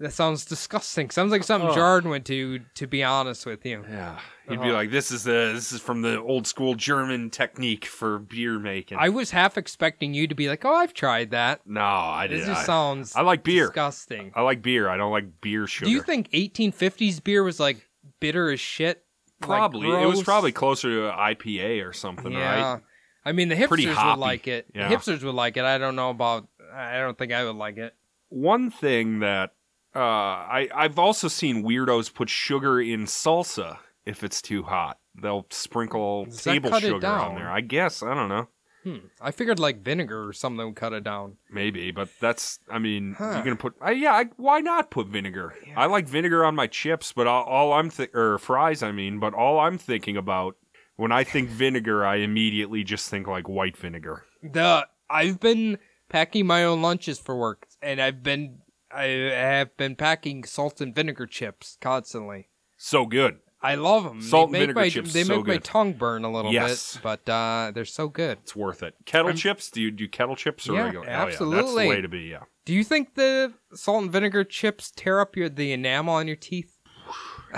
That sounds disgusting. Sounds like something Jard went to, to be honest with you. Yeah. You'd Uh-huh. be like, "This is the this is from the old school German technique for beer making." I was half expecting you to be like, oh, I've tried that. no, I This didn't. just I, sounds I like beer. disgusting. I like beer. I don't like beer sugar. Do you think 1850s beer was like bitter as shit? Like, probably it was gross? probably closer to a IPA or something, right? I mean, the Pretty hipsters would hoppy. like it. Yeah. The hipsters would like it. I don't know about. I don't think I would like it. one thing that uh, I I've also seen weirdos put sugar in salsa if it's too hot. They'll sprinkle Does that table cut it sugar on down? there. I guess I don't know. Hmm. I figured like vinegar or something would cut it down. Maybe, but that's I mean Huh. you're gonna put I, yeah. I, why not put vinegar? I like vinegar on my chips, but all, all I'm th- or fries. I mean, but all I'm thinking about when I think vinegar, I immediately just think like white vinegar. The I've been packing my own lunches for work, and I've been I have been packing salt and vinegar chips constantly. So good. I love them. Salt and they make vinegar my, chips, They so make my good. tongue burn a little Yes. bit, but uh, they're so good. It's worth it. Kettle chips? Do you do kettle chips or Yeah, regular? Oh, that's absolutely. the way to be. Yeah, Do you think the salt and vinegar chips tear up your the enamel on your teeth?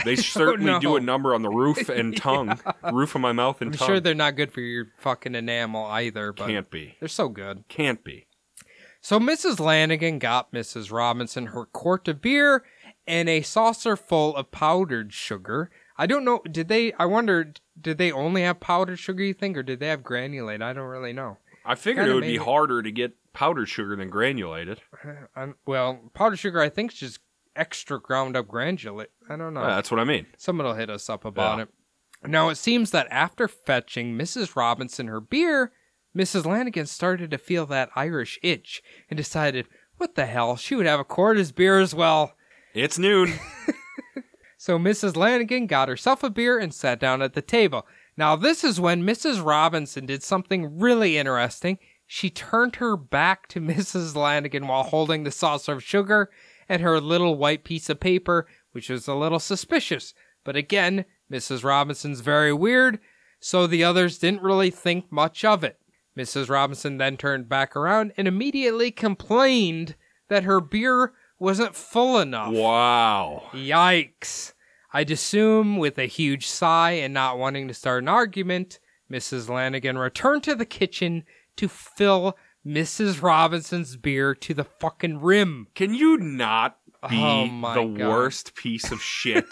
they certainly know. do a number on the roof and tongue, roof of my mouth and I'm tongue. sure they're not good for your fucking enamel either, but can't be. they're so good. Can't be. So Mrs. Lanigan got Mrs. Robinson her quart of beer and a saucer full of powdered sugar. I don't know. Did they? I wonder. Did they only have powdered sugar? You think, or did they have granulate? I don't really know. I figured Kinda it would be made it- harder to get powdered sugar than granulated. i well, powdered sugar, I think, is just extra ground up granulate. I don't know. Yeah, that's what I mean. Someone will hit us up about Yeah. it. Now, it seems that after fetching Mrs. Robinson her beer, Mrs. Lanigan started to feel that Irish itch and decided, what the hell, she would have a quart of beer as well. It's noon. So Mrs. Lanigan got herself a beer and sat down at the table. Now, this is when Mrs. Robinson did something really interesting. She turned her back to Mrs. Lanigan while holding the saucer of sugar and her little white piece of paper, which was a little suspicious. But again, Mrs. Robinson's very weird, so the others didn't really think much of it. Mrs. Robinson then turned back around and immediately complained that her beer wasn't full enough. wow. Yikes. I'd assume with a huge sigh and not wanting to start an argument, Mrs. Lanigan returned to the kitchen to fill Mrs. Robinson's beer to the fucking rim. Can you not be Oh my the God. worst piece of shit?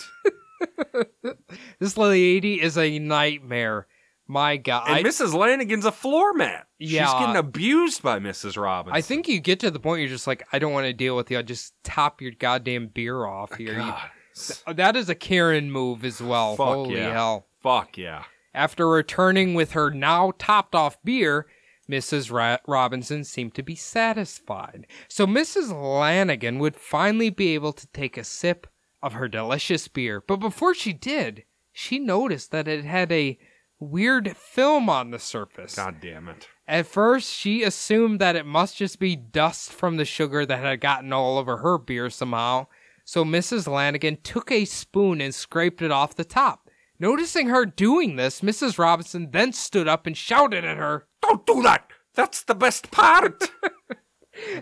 This lady is a nightmare. My God. and I, Mrs. Lanigan's a floor mat. She's Yeah. getting abused by Mrs. Robinson. I think you get to the point you're just like, I don't want to deal with you. Just top your goddamn beer off here. You- Oh, God. S- That is a Karen move as well. Fuck Holy yeah. hell. Fuck yeah. After returning with her now topped off beer, Mrs. Ra- Robinson seemed to be satisfied. So Mrs. Lanigan would finally be able to take a sip of her delicious beer. But before she did, she noticed that it had a weird film on the surface. God damn it. At first, she assumed that it must just be dust from the sugar that had gotten all over her beer somehow. So Mrs. Lanigan took a spoon and scraped it off the top. Noticing her doing this, Mrs. Robinson then stood up and shouted at her, Don't do that. That's the best part.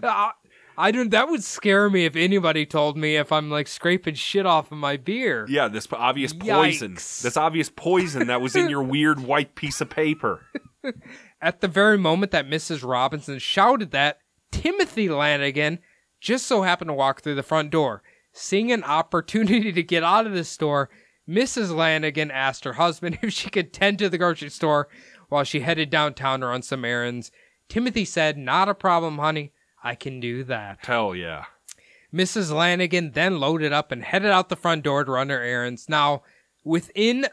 "Ah, I don't. That would scare me if anybody told me if I'm like scraping shit off of my beer. yeah, this p- obvious poison. Yikes. This obvious poison that was in your weird white piece of paper. At the very moment that Mrs. Robinson shouted that, Timothy Lanigan just so happened to walk through the front door. Seeing an opportunity to get out of the store, Mrs. Lanigan asked her husband if she could tend to the grocery store while she headed downtown or on some errands. Timothy said, Not a problem, honey. I can do that. Hell yeah. Mrs. Lanigan then loaded up and headed out the front door to run her errands. Now, within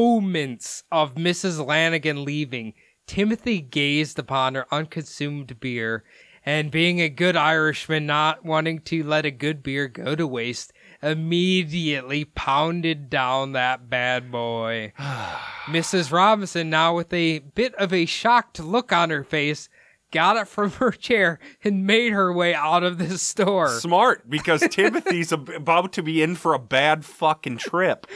moments of Mrs. Lanigan leaving, Timothy gazed upon her unconsumed beer and, being a good Irishman, not wanting to let a good beer go to waste, immediately pounded down that bad boy. Mrs. Robinson, now with a bit of a shocked look on her face, got up from her chair and made her way out of the store. Smart, because Timothy's ab- about to be in for a bad fucking trip.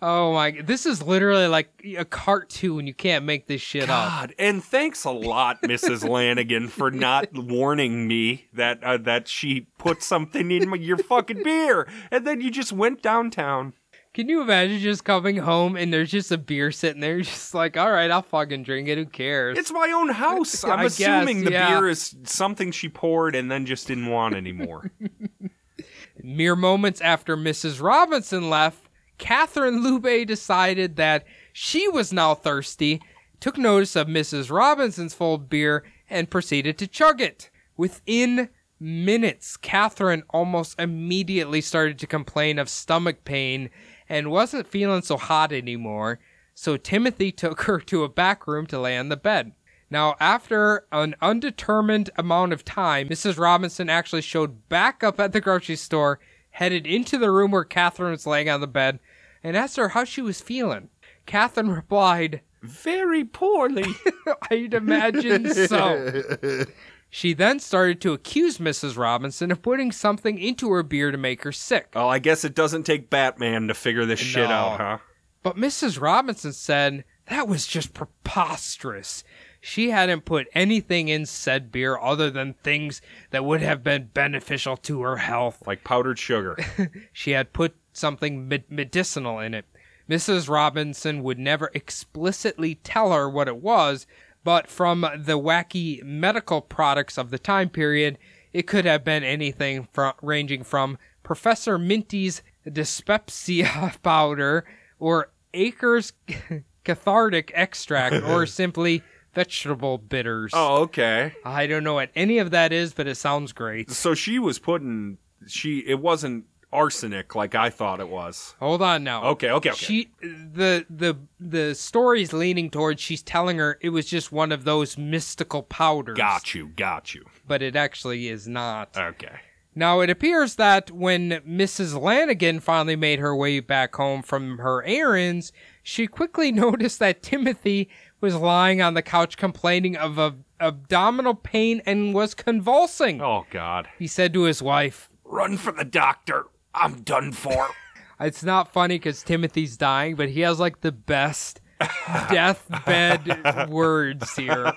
Oh my! This is literally like a cartoon. You can't make this shit up. God, and thanks a lot, Mrs. Lanigan, for not warning me that uh, that she put something in my, your fucking beer, and then you just went downtown. Can you imagine just coming home and there's just a beer sitting there? You're just like, all right, I'll fucking drink it. Who cares? It's my own house. I'm I guess, assuming the yeah. beer is something she poured and then just didn't want anymore. Mere moments after Mrs. Robinson left, Catherine Lube decided that she was now thirsty, took notice of Mrs. Robinson's full beer, and proceeded to chug it. Within minutes, Catherine almost immediately started to complain of stomach pain and wasn't feeling so hot anymore, so Timothy took her to a back room to lay on the bed. Now, after an undetermined amount of time, Mrs. Robinson actually showed back up at the grocery store, headed into the room where Catherine was laying on the bed, and asked her how she was feeling. Catherine replied, Very poorly. I'd imagine so. She then started to accuse Mrs. Robinson of putting something into her beer to make her sick. Oh, Well, I guess it doesn't take Batman to figure this shit No. out, huh? But Mrs. Robinson said that was just preposterous. She hadn't put anything in said beer other than things that would have been beneficial to her health. like powdered sugar. She had put something med- medicinal in it. Mrs. Robinson would never explicitly tell her what it was, but from the wacky medical products of the time period, it could have been anything fro- ranging from Professor Minty's dyspepsia powder or Aker's cathartic extract or simply vegetable bitters. oh, okay. I don't know what any of that is, but it sounds great. So she was putting she it wasn't arsenic like I thought it was. Hold on now. Okay, okay, okay. She the the the story's leaning towards she's telling her it was just one of those mystical powders. got you, got you. But it actually is not. Okay. Now it appears that when Mrs. Lanigan finally made her way back home from her errands, she quickly noticed that Timothy was lying on the couch complaining of ab- abdominal pain and was convulsing. Oh God. He said to his wife, Run for the doctor. I'm done for. It's not funny because Timothy's dying, but he has like the best deathbed words here.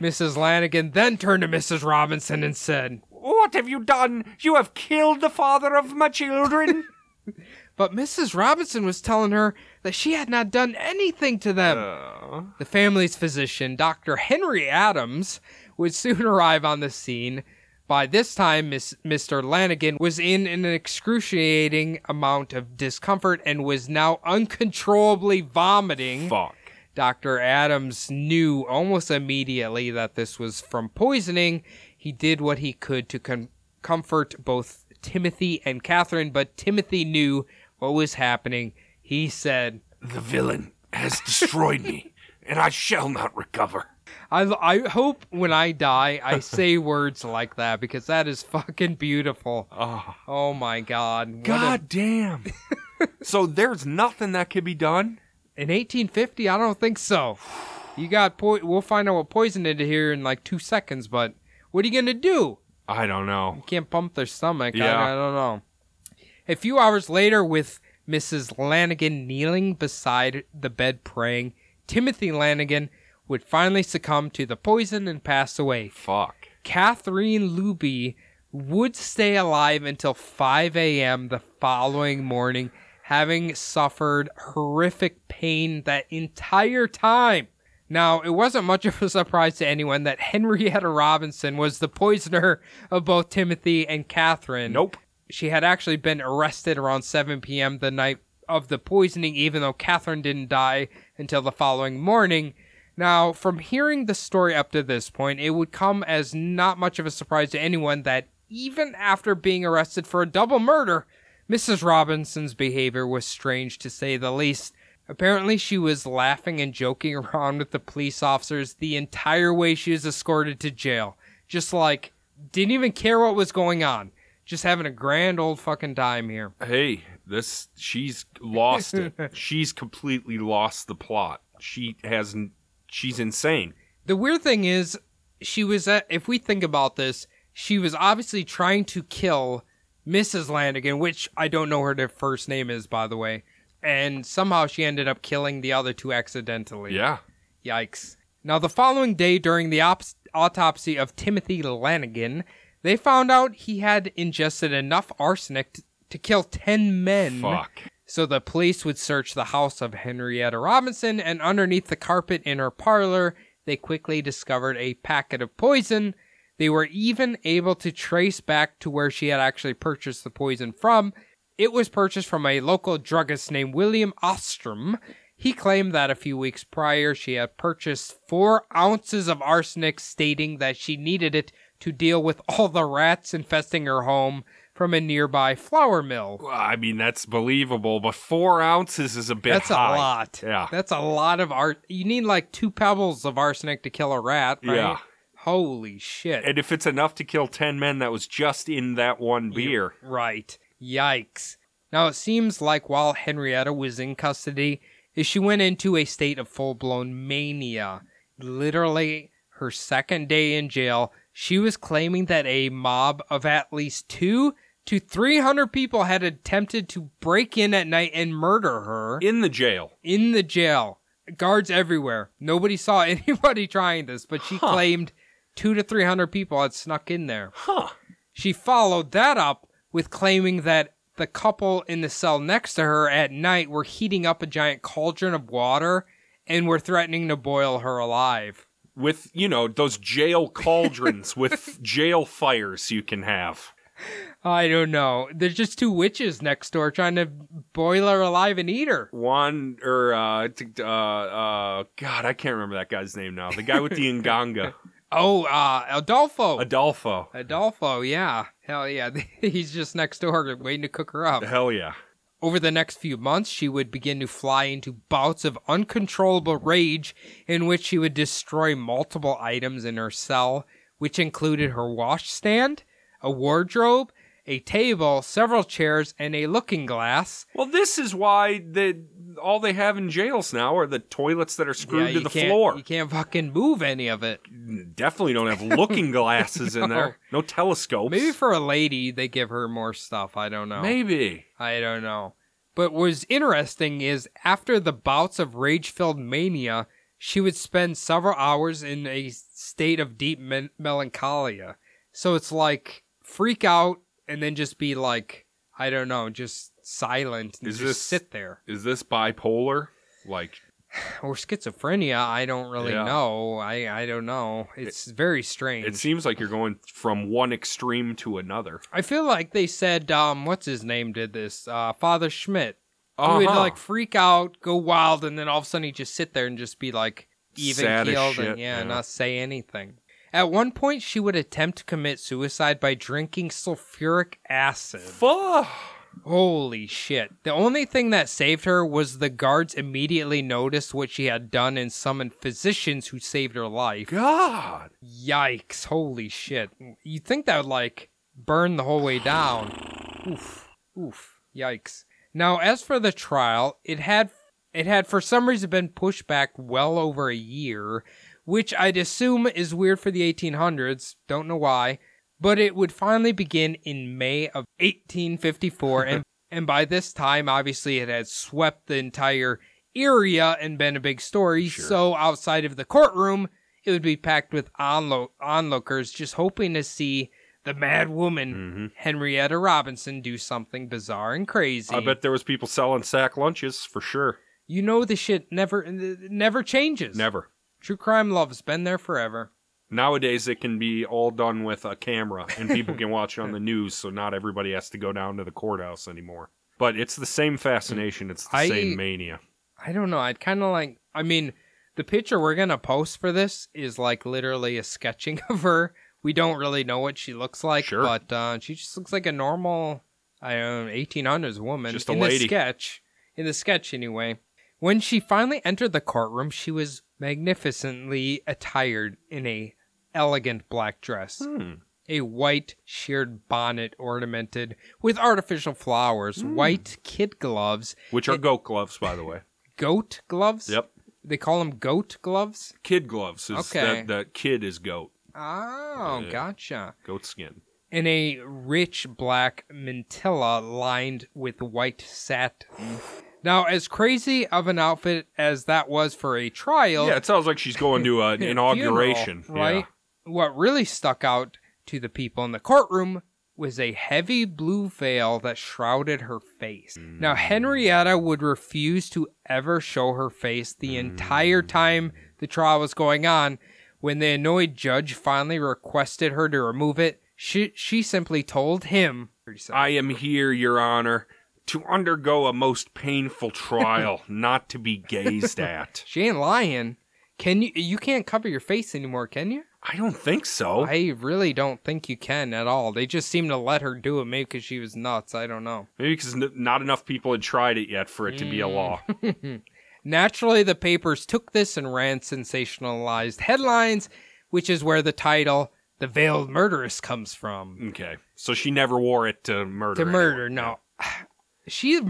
Mrs. Lanigan then turned to Mrs. Robinson and said, what have you done? You have killed the father of my children. But Mrs. Robinson was telling her that she had not done anything to them. Uh, The family's physician, Dr. Henry Adams, would soon arrive on the scene. By this time, Miss, Mr. Lanigan was in an excruciating amount of discomfort and was now uncontrollably vomiting. Fuck. Dr. Adams knew almost immediately that this was from poisoning. He did what he could to com- comfort both Timothy and Catherine, but Timothy knew what was happening. He said, The villain has destroyed me, and I shall not recover. I, I hope when I die, I say words like that because that is fucking beautiful. Oh, Oh my God. What a- God damn. so there's nothing that could be done? in 1850, I don't think so. You got po- We'll find out what poison it here in like two seconds, but what are you going to do? I don't know. can't pump their stomach. Yeah. I, I don't know. A few hours later, with Mrs. Lanigan kneeling beside the bed praying, Timothy Lanigan would finally succumb to the poison and pass away. Fuck. Catherine Luby would stay alive until 5 a.m. the following morning, having suffered horrific pain that entire time. Now, it wasn't much of a surprise to anyone that Henrietta Robinson was the poisoner of both Timothy and Catherine. Nope. She had actually been arrested around 7 p.m. the night of the poisoning, even though Catherine didn't die until the following morning. Now, from hearing the story up to this point, it would come as not much of a surprise to anyone that even after being arrested for a double murder, Mrs. Robinson's behavior was strange to say the least. Apparently, she was laughing and joking around with the police officers the entire way she was escorted to jail. Just like, didn't even care what was going on. Just having a grand old fucking time here. Hey, this she's lost it. she's completely lost the plot. She has n- she's insane. The weird thing is, she was, at, if we think about this, she was obviously trying to kill Mrs. Lanigan, which I don't know her first name is, by the way. And somehow she ended up killing the other two accidentally. Yeah. Yikes. Now, the following day, during the ops- autopsy of Timothy Lanigan, they found out he had ingested enough arsenic t- to kill 10 men. Fuck. So the police would search the house of Henrietta Robinson, and underneath the carpet in her parlor, they quickly discovered a packet of poison. They were even able to trace back to where she had actually purchased the poison from. It was purchased from a local druggist named William Ostrom. He claimed that a few weeks prior, she had purchased four ounces of arsenic, stating that she needed it to deal with all the rats infesting her home from a nearby flour mill. Well, I mean that's believable, but four ounces is a bit. That's high. a lot. Yeah. That's a lot of art. You need like two pebbles of arsenic to kill a rat, right? Yeah. Holy shit. And if it's enough to kill 10 men, that was just in that one beer. right. Yikes. Now it seems like while Henrietta was in custody, is she went into a state of full-blown mania. Literally her second day in jail, she was claiming that a mob of at least 2 to 300 people had attempted to break in at night and murder her in the jail. in the jail. Guards everywhere. Nobody saw anybody trying this, but she Huh. claimed two to 300 people had snuck in there. Huh. She followed that up with claiming that the couple in the cell next to her at night were heating up a giant cauldron of water and were threatening to boil her alive. With, you know, those jail cauldrons with jail fires you can have. I don't know. There's just two witches next door trying to boil her alive and eat her. Juan, or, uh, t- uh, uh, God, I can't remember that guy's name now. The guy with the Nganga. Oh, uh, Adolfo. Adolfo. Adolfo, yeah. Hell yeah. He's just next door waiting to cook her up. Hell yeah. Over the next few months, she would begin to fly into bouts of uncontrollable rage in which she would destroy multiple items in her cell, which included her washstand, a wardrobe, a table, several chairs, and a looking glass. Well, this is why the all they have in jails now are the toilets that are screwed to you the can't- floor. You can't fucking move any of it. Definitely don't have looking glasses No. in there. No telescopes. Maybe for a lady, they give her more stuff. I don't know. Maybe. I don't know. But what's interesting is after the bouts of rage filled mania, she would spend several hours in a state of deep men- melancholia. So it's like freak out and then just be like, I don't know, just silent and Is just this- sit there. Is this bipolar? Like Or schizophrenia, I don't really Yeah. know. I, I don't know. It's very strange. it seems like you're going from one extreme to another. I feel like they said, um, what's his name did this? Uh, Father Schmidt. He would Uh-huh. like freak out, go wild, and then all of a sudden he'd just sit there and just be like even Sad as keeled shit, and yeah, yeah. not say anything. At one point, she would attempt to commit suicide by drinking sulfuric acid. Fuck. Holy shit. The only thing that saved her was the guards immediately noticed what she had done and summoned physicians who saved her life. God. Yikes. Holy shit. You'd think that would like burn the whole way down. Oof. Oof. Yikes. Now, as for the trial, it had it had for some reason been pushed back well over a year, which I'd assume is weird for the 1800s. Don't know why, but it would finally begin in May of 1854, and and by this time, obviously, it had swept the entire area and been a big story. Sure. So outside of the courtroom, it would be packed with onlo- onlookers just hoping to see the mad woman hmm Henrietta Robinson do something bizarre and crazy. I bet there was people selling sack lunches for sure. you know the shit never it never changes. Never. True crime love's been there forever. Nowadays, it can be all done with a camera, and people can watch it on the news, so not everybody has to go down to the courthouse anymore. But it's the same fascination, it's the I- same mania. I don't know. I'd kind of like. I mean, the picture we're gonna post for this is like literally a sketching of her. We don't really know what she looks like, Sure. but uh, she just looks like a normal, I don't know, 1800s woman. Just a in lady. the sketch, in the sketch anyway. When she finally entered the courtroom, she was magnificently attired in a elegant black dress. Hmm. a white sheared bonnet ornamented with artificial flowers, Hmm. white kid gloves, Which are It- goat gloves, by the way. goat gloves. Yep. They call them goat gloves. Kid gloves. Is Okay. That, that kid is goat. Oh, Yeah. gotcha. Goat skin. And a rich black mantilla lined with white satin. Now, as crazy of an outfit as that was for a trial, Yeah, it sounds like she's going to an funeral, inauguration. right? What really stuck out to the people in the courtroom was a heavy blue veil that shrouded her face. Mm. Now, Henrietta would refuse to ever show her face the Mm. entire time the trial was going on. When the annoyed judge finally requested her to remove it, she, she simply told him, Yeah. I am here, Your Honor, to undergo a most painful trial, not to be gazed at. She ain't lying. Can you you can't cover your face anymore, can you? I don't think so. I really don't think you can at all. They just seem to let her do it, maybe because she was nuts. I don't know. Maybe because n- not enough people had tried it yet for it to Mm. be a law. Naturally, the papers took this and ran sensationalized headlines, which is where the title "The Veiled Murderess" comes from. Okay. So she never wore it to murder. To murder, anyone. no, she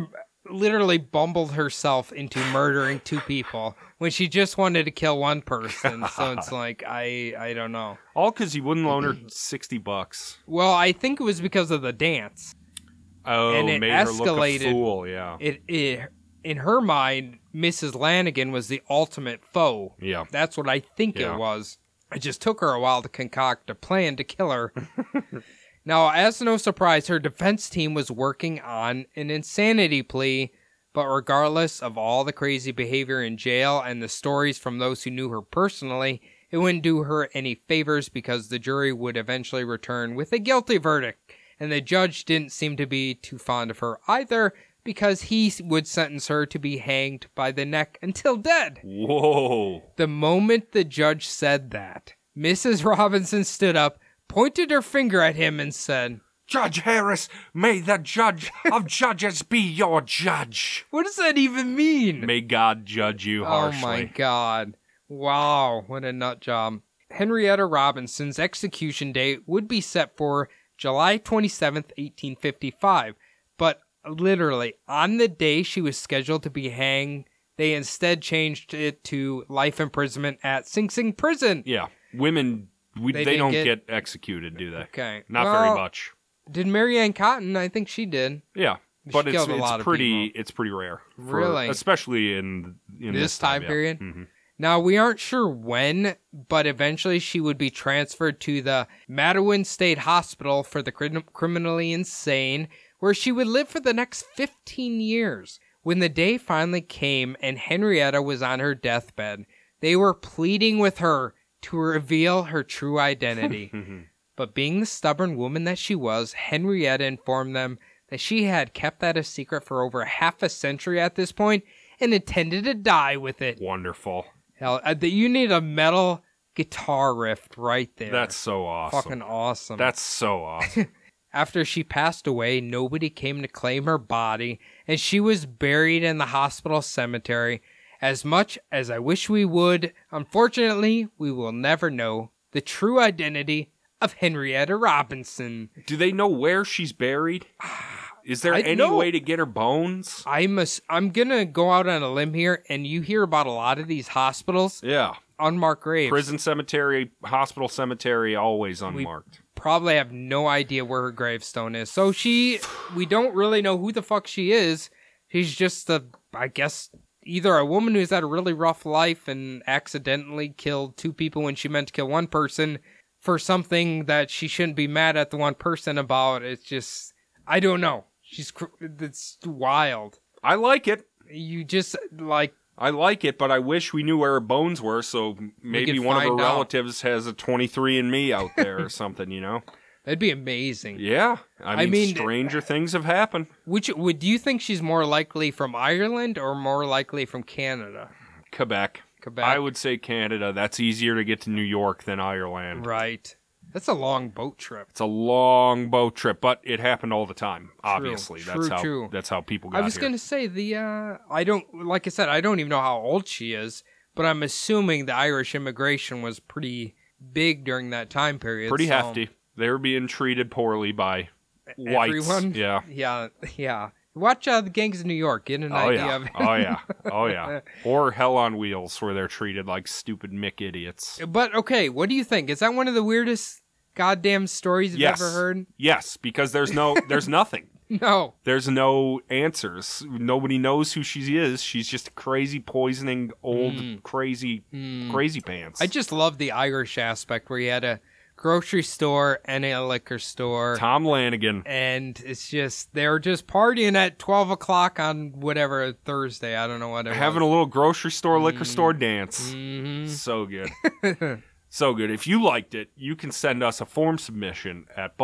literally bumbled herself into murdering two people when she just wanted to kill one person. so it's like I, I don't know. All because he wouldn't loan her 60 bucks. Well, I think it was because of the dance. Oh, And it made her look a escalated. fool. Yeah, It, it in her mind, Mrs. Lanigan was the ultimate foe. yeah. That's what I think Yeah. it was. It just took her a while to concoct a plan to kill her. now, as no surprise, her defense team was working on an insanity plea, but regardless of all the crazy behavior in jail and the stories from those who knew her personally, it wouldn't do her any favors because the jury would eventually return with a guilty verdict. And the judge didn't seem to be too fond of her either because he would sentence her to be hanged by the neck until dead. Whoa. The moment the judge said that, Mrs. Robinson stood up, pointed her finger at him, and said, Judge Harris, may the judge of judges be your judge. What does that even mean? May God judge you oh harshly. my god. Wow, what a nut job. Henrietta Robinson's execution date would be set for July 27th, 1855, but literally on the day she was scheduled to be hanged, they instead changed it to life imprisonment at Sing Sing Prison. Yeah, women, we, They they, didn't don't get- get... executed, do they? Okay. Not Well, very much. Did Marianne Cotton? I think she did. Yeah, She but it's, killed a it's lot of pretty people. it's pretty rare. for- Really? especially in in This this, time period? hmm Now, we aren't sure when, but eventually she would be transferred to the Matawan State Hospital for the crim- Criminally Insane, where she would live for the next 15 years. When the day finally came and Henrietta was on her deathbed, they were pleading with her to reveal her true identity. Mm-hmm. But being the stubborn woman that she was, Henrietta informed them that she had kept that a secret for over half a century at this point and intended to die with it. Wonderful. Hell, uh, th- you need a metal guitar riff right there. That's so awesome. fucking awesome. That's so awesome. After she passed away, nobody came to claim her body, and she was buried in the hospital cemetery. As much as I wish we would, unfortunately, we will never know the true identity of Henrietta Robinson. do they know where she's buried? Is there I any know- way to get her bones? I must. I'm gonna go out on a limb here, and you hear about a lot of these hospitals Yeah, unmarked graves. prison cemetery, hospital cemetery, always unmarked. probably have no idea where her gravestone is. So she, we don't really know who the fuck she is. She's just a, I guess, either a woman who's had a really rough life and accidentally killed two people when she meant to kill one person for something that she shouldn't be mad at the one person about. It's just, I don't know. She's, cr- it's wild. I like it. You just like, I like it, but I wish we knew where her bones were, so maybe could one of her find out. relatives has a 23 and me out there or something, you know? that'd be amazing. Yeah. I mean, I mean- stranger things have happened. Which would do you think she's more likely from Ireland or more likely from Canada? Quebec. Quebec. I would say Canada. That's easier to get to New York than Ireland. Right. That's a long boat trip. It's a long boat trip, but it happened all the time, obviously. True, that's how true. that's how people got I was here. going to say the uh I don't like I said I don't even know how old she is, but I'm assuming the Irish immigration was pretty big during that time period. Pretty so- hefty. They were being treated poorly by whites. E-, Everyone? Yeah. Yeah, yeah. Watch uh, the gangs of New York. Get an Oh idea yeah. of it. oh yeah. Oh yeah. Or Hell on Wheels where they're treated like stupid Mick idiots. But okay, what do you think? Is that one of the weirdest goddamn stories you've Yes. ever heard? Yes, because there's no there's nothing. No. There's no answers. Nobody knows who she is. She's just a crazy poisoning old Mm. crazy Hmm. crazy pants. I just love the Irish aspect where you had a grocery store and a liquor store. Tom Lanigan. and it's just they're just partying at 12 o'clock on whatever thursday i don't know what it Having a was. Hmm. little grocery store liquor store dance. Mhm. So good. so good. If you liked it, you can send us a form submission at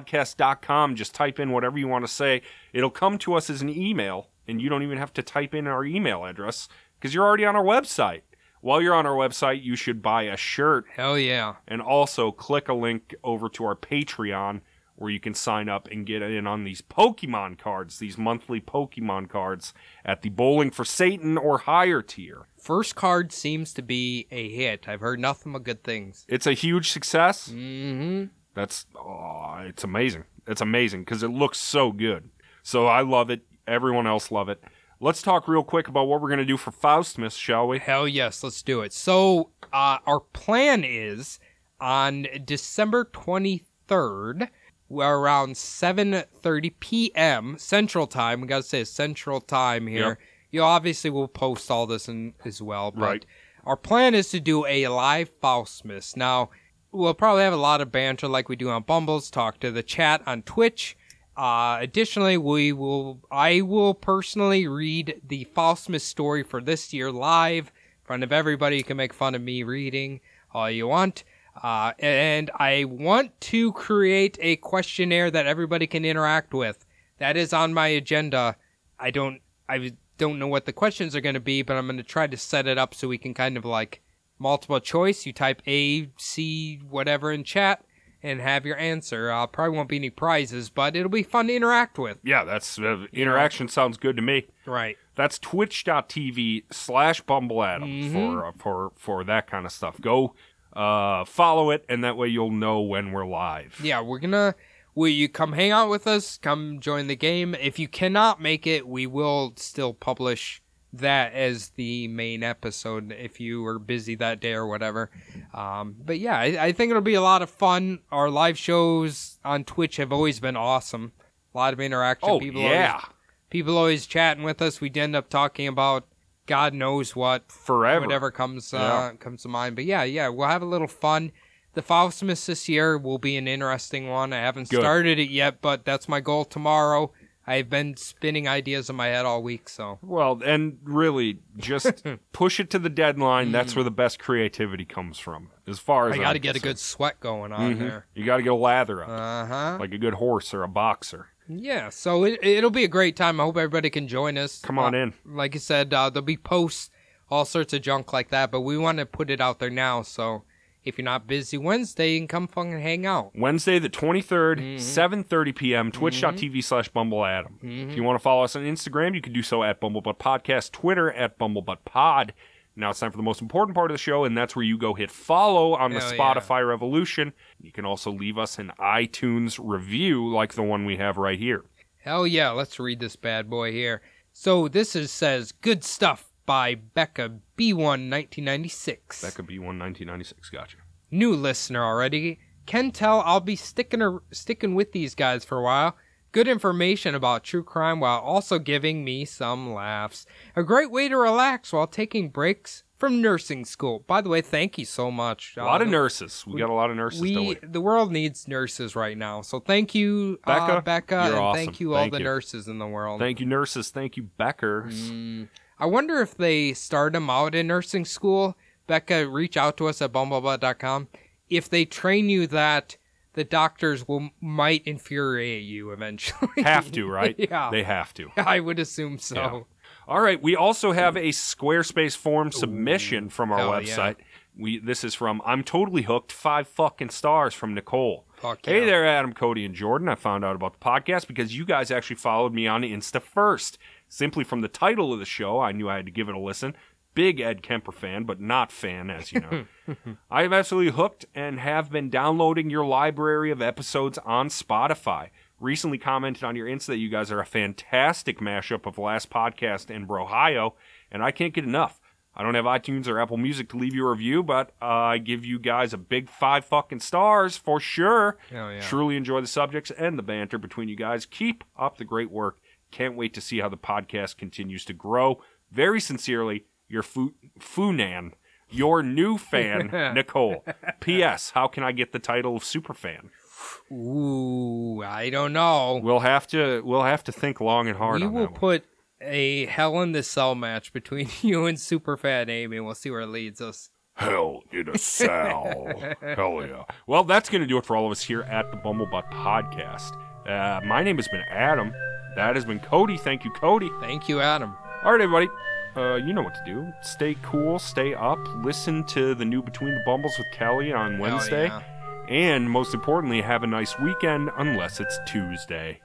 bumblebuttpodcast.com. Just type in whatever you want to say. It'll come to us as an email, and you don't even have to type in our email address because you're already on our website. While you're on our website, you should buy a shirt hell yeah and also click a link over to our Patreon where you can sign up and get in on these Pokemon cards, these monthly Pokemon cards at the Bowling for Satan or higher tier. first card seems to be a hit i've heard nothing but good things It's a huge success. mm-hmm. That's oh, it's amazing. It's amazing because it looks so good. So I love it. Everyone else love it. Let's talk real quick about what we're gonna do for Faustmas, shall we? hell yes let's do it so uh, our plan is on december 23rd We're around 7:30 p.m. Central Time. We gotta say Central Time here. Yep. You obviously will post all this in, as well, but Right. our plan is to do a live Faustmas. Now we'll probably have a lot of banter like we do on Bumbles. Talk to the chat on Twitch. Uh, additionally, we will I will personally read the Faustmas story for this year live in front of everybody. You can make fun of me reading all you want. Uh, and I want to create a questionnaire that everybody can interact with. That is on my agenda. I don't I don't know what the questions are going to be, but I'm going to try to set it up so we can kind of like multiple choice. You type A, C, whatever in chat and have your answer. Uh, probably won't be any prizes, but it'll be fun to interact with. Yeah, that's uh, interaction sounds good to me. Right. That's twitch.tv slash bumbleadam Mhm. for, uh, for, for that kind of stuff. Go uh, follow it, and that way you'll know when we're live. Yeah, we're gonna. Will you come hang out with us? Come join the game. If you cannot make it, we will still publish that as the main episode if you were busy that day or whatever. Um, but yeah, I, I think it'll be a lot of fun. Our live shows on Twitch have always been awesome. A lot of interaction. Oh, people yeah. Always, people always chatting with us. We'd end up talking about God knows what Forever. whatever comes uh, Yeah. comes to mind. But yeah, yeah, we'll have a little fun. The Faustmas this year will be an interesting one. I haven't Good. started it yet, but that's my goal tomorrow. I've been spinning ideas in my head all week, so Well, and really, just push it to the deadline. That's where the best creativity comes from, as far as Mm. I got to get a good sweat going on Mhm. there. You got to get a lather up, Uh huh. like a good horse or a boxer. Yeah, so it, it'll be a great time. I hope everybody can join us. Come on Uh, in. Like I said, uh, there'll be posts, all sorts of junk like that, but we want to put it out there now. So if you're not busy Wednesday, you can come fucking hang out. Wednesday, the 23rd, 7.30 p.m., twitch.tv slash bumbleadam. If you want to follow us on Instagram, you can do so at Bumblebutt Podcast, Twitter at Bumblebutt Pod. Now it's time for the most important part of the show, and that's where you go hit follow on the Hell yeah. Spotify Revolution. You can also leave us an iTunes review like the one we have right here. Hell yeah, let's read this bad boy here. So this is says good stuff by Becca B1 1996. That could be one 1996. Gotcha. New listener already. Can tell I'll be sticking ar- sticking with these guys for a while. Good information about true crime while also giving me some laughs. A great way to relax while taking breaks from nursing school. By the way, thank you so much. A lot Uh, of nurses. We, got a lot of nurses. don't we we? the world needs nurses right now. So thank you, Becca, uh, Becca and you're awesome. thank you all Thank the you. nurses in the world. Thank you, nurses. Thank you, Beckers. Mm, I wonder if they start them out in nursing school. Becca, reach out to us at bumblebutt.com. If they train you that, the doctors will might infuriate you eventually. Have to, right? Yeah. They have to. I would assume so. Yeah. All right. We also have a Squarespace form submission from our Hell yeah. website. We this is from I'm totally hooked. Five fucking stars from Nicole. Fuck Hey yeah. there, Adam, Cody, and Jordan. I found out about the podcast because you guys actually followed me on Insta first. Simply from the title of the show, I knew I had to give it a listen. Big Ed Kemper fan, but not fan, as you know. I am absolutely hooked and have been downloading your library of episodes on Spotify. Recently commented on your Insta that you guys are a fantastic mashup of Last Podcast and Brohio, and I can't get enough. I don't have iTunes or Apple Music to leave you a review, but uh, I give you guys a big five fucking stars for sure. Hell yeah. Truly enjoy the subjects and the banter between you guys. Keep up the great work. Can't wait to see how the podcast continues to grow. Very sincerely, your fu- Funan, your new fan, Nicole. P.S. How can I get the title of superfan? Ooh, I don't know. We'll have to we'll have to think long and hard we on will that one. put a hell in the cell match between you and Superfat Amy. We'll see where it leads us. Hell in a cell. Hell yeah. Well, that's going to do it for all of us here at the Bumblebutt Podcast. Uh, my name has been Adam. That has been Cody. Thank you, Cody. Thank you, Adam. All right, everybody. Uh, you know what to do. Stay cool, stay up, listen to the new Between the Bumbles with Kelly on Hell Wednesday, yeah. and most importantly, have a nice weekend unless it's Tuesday.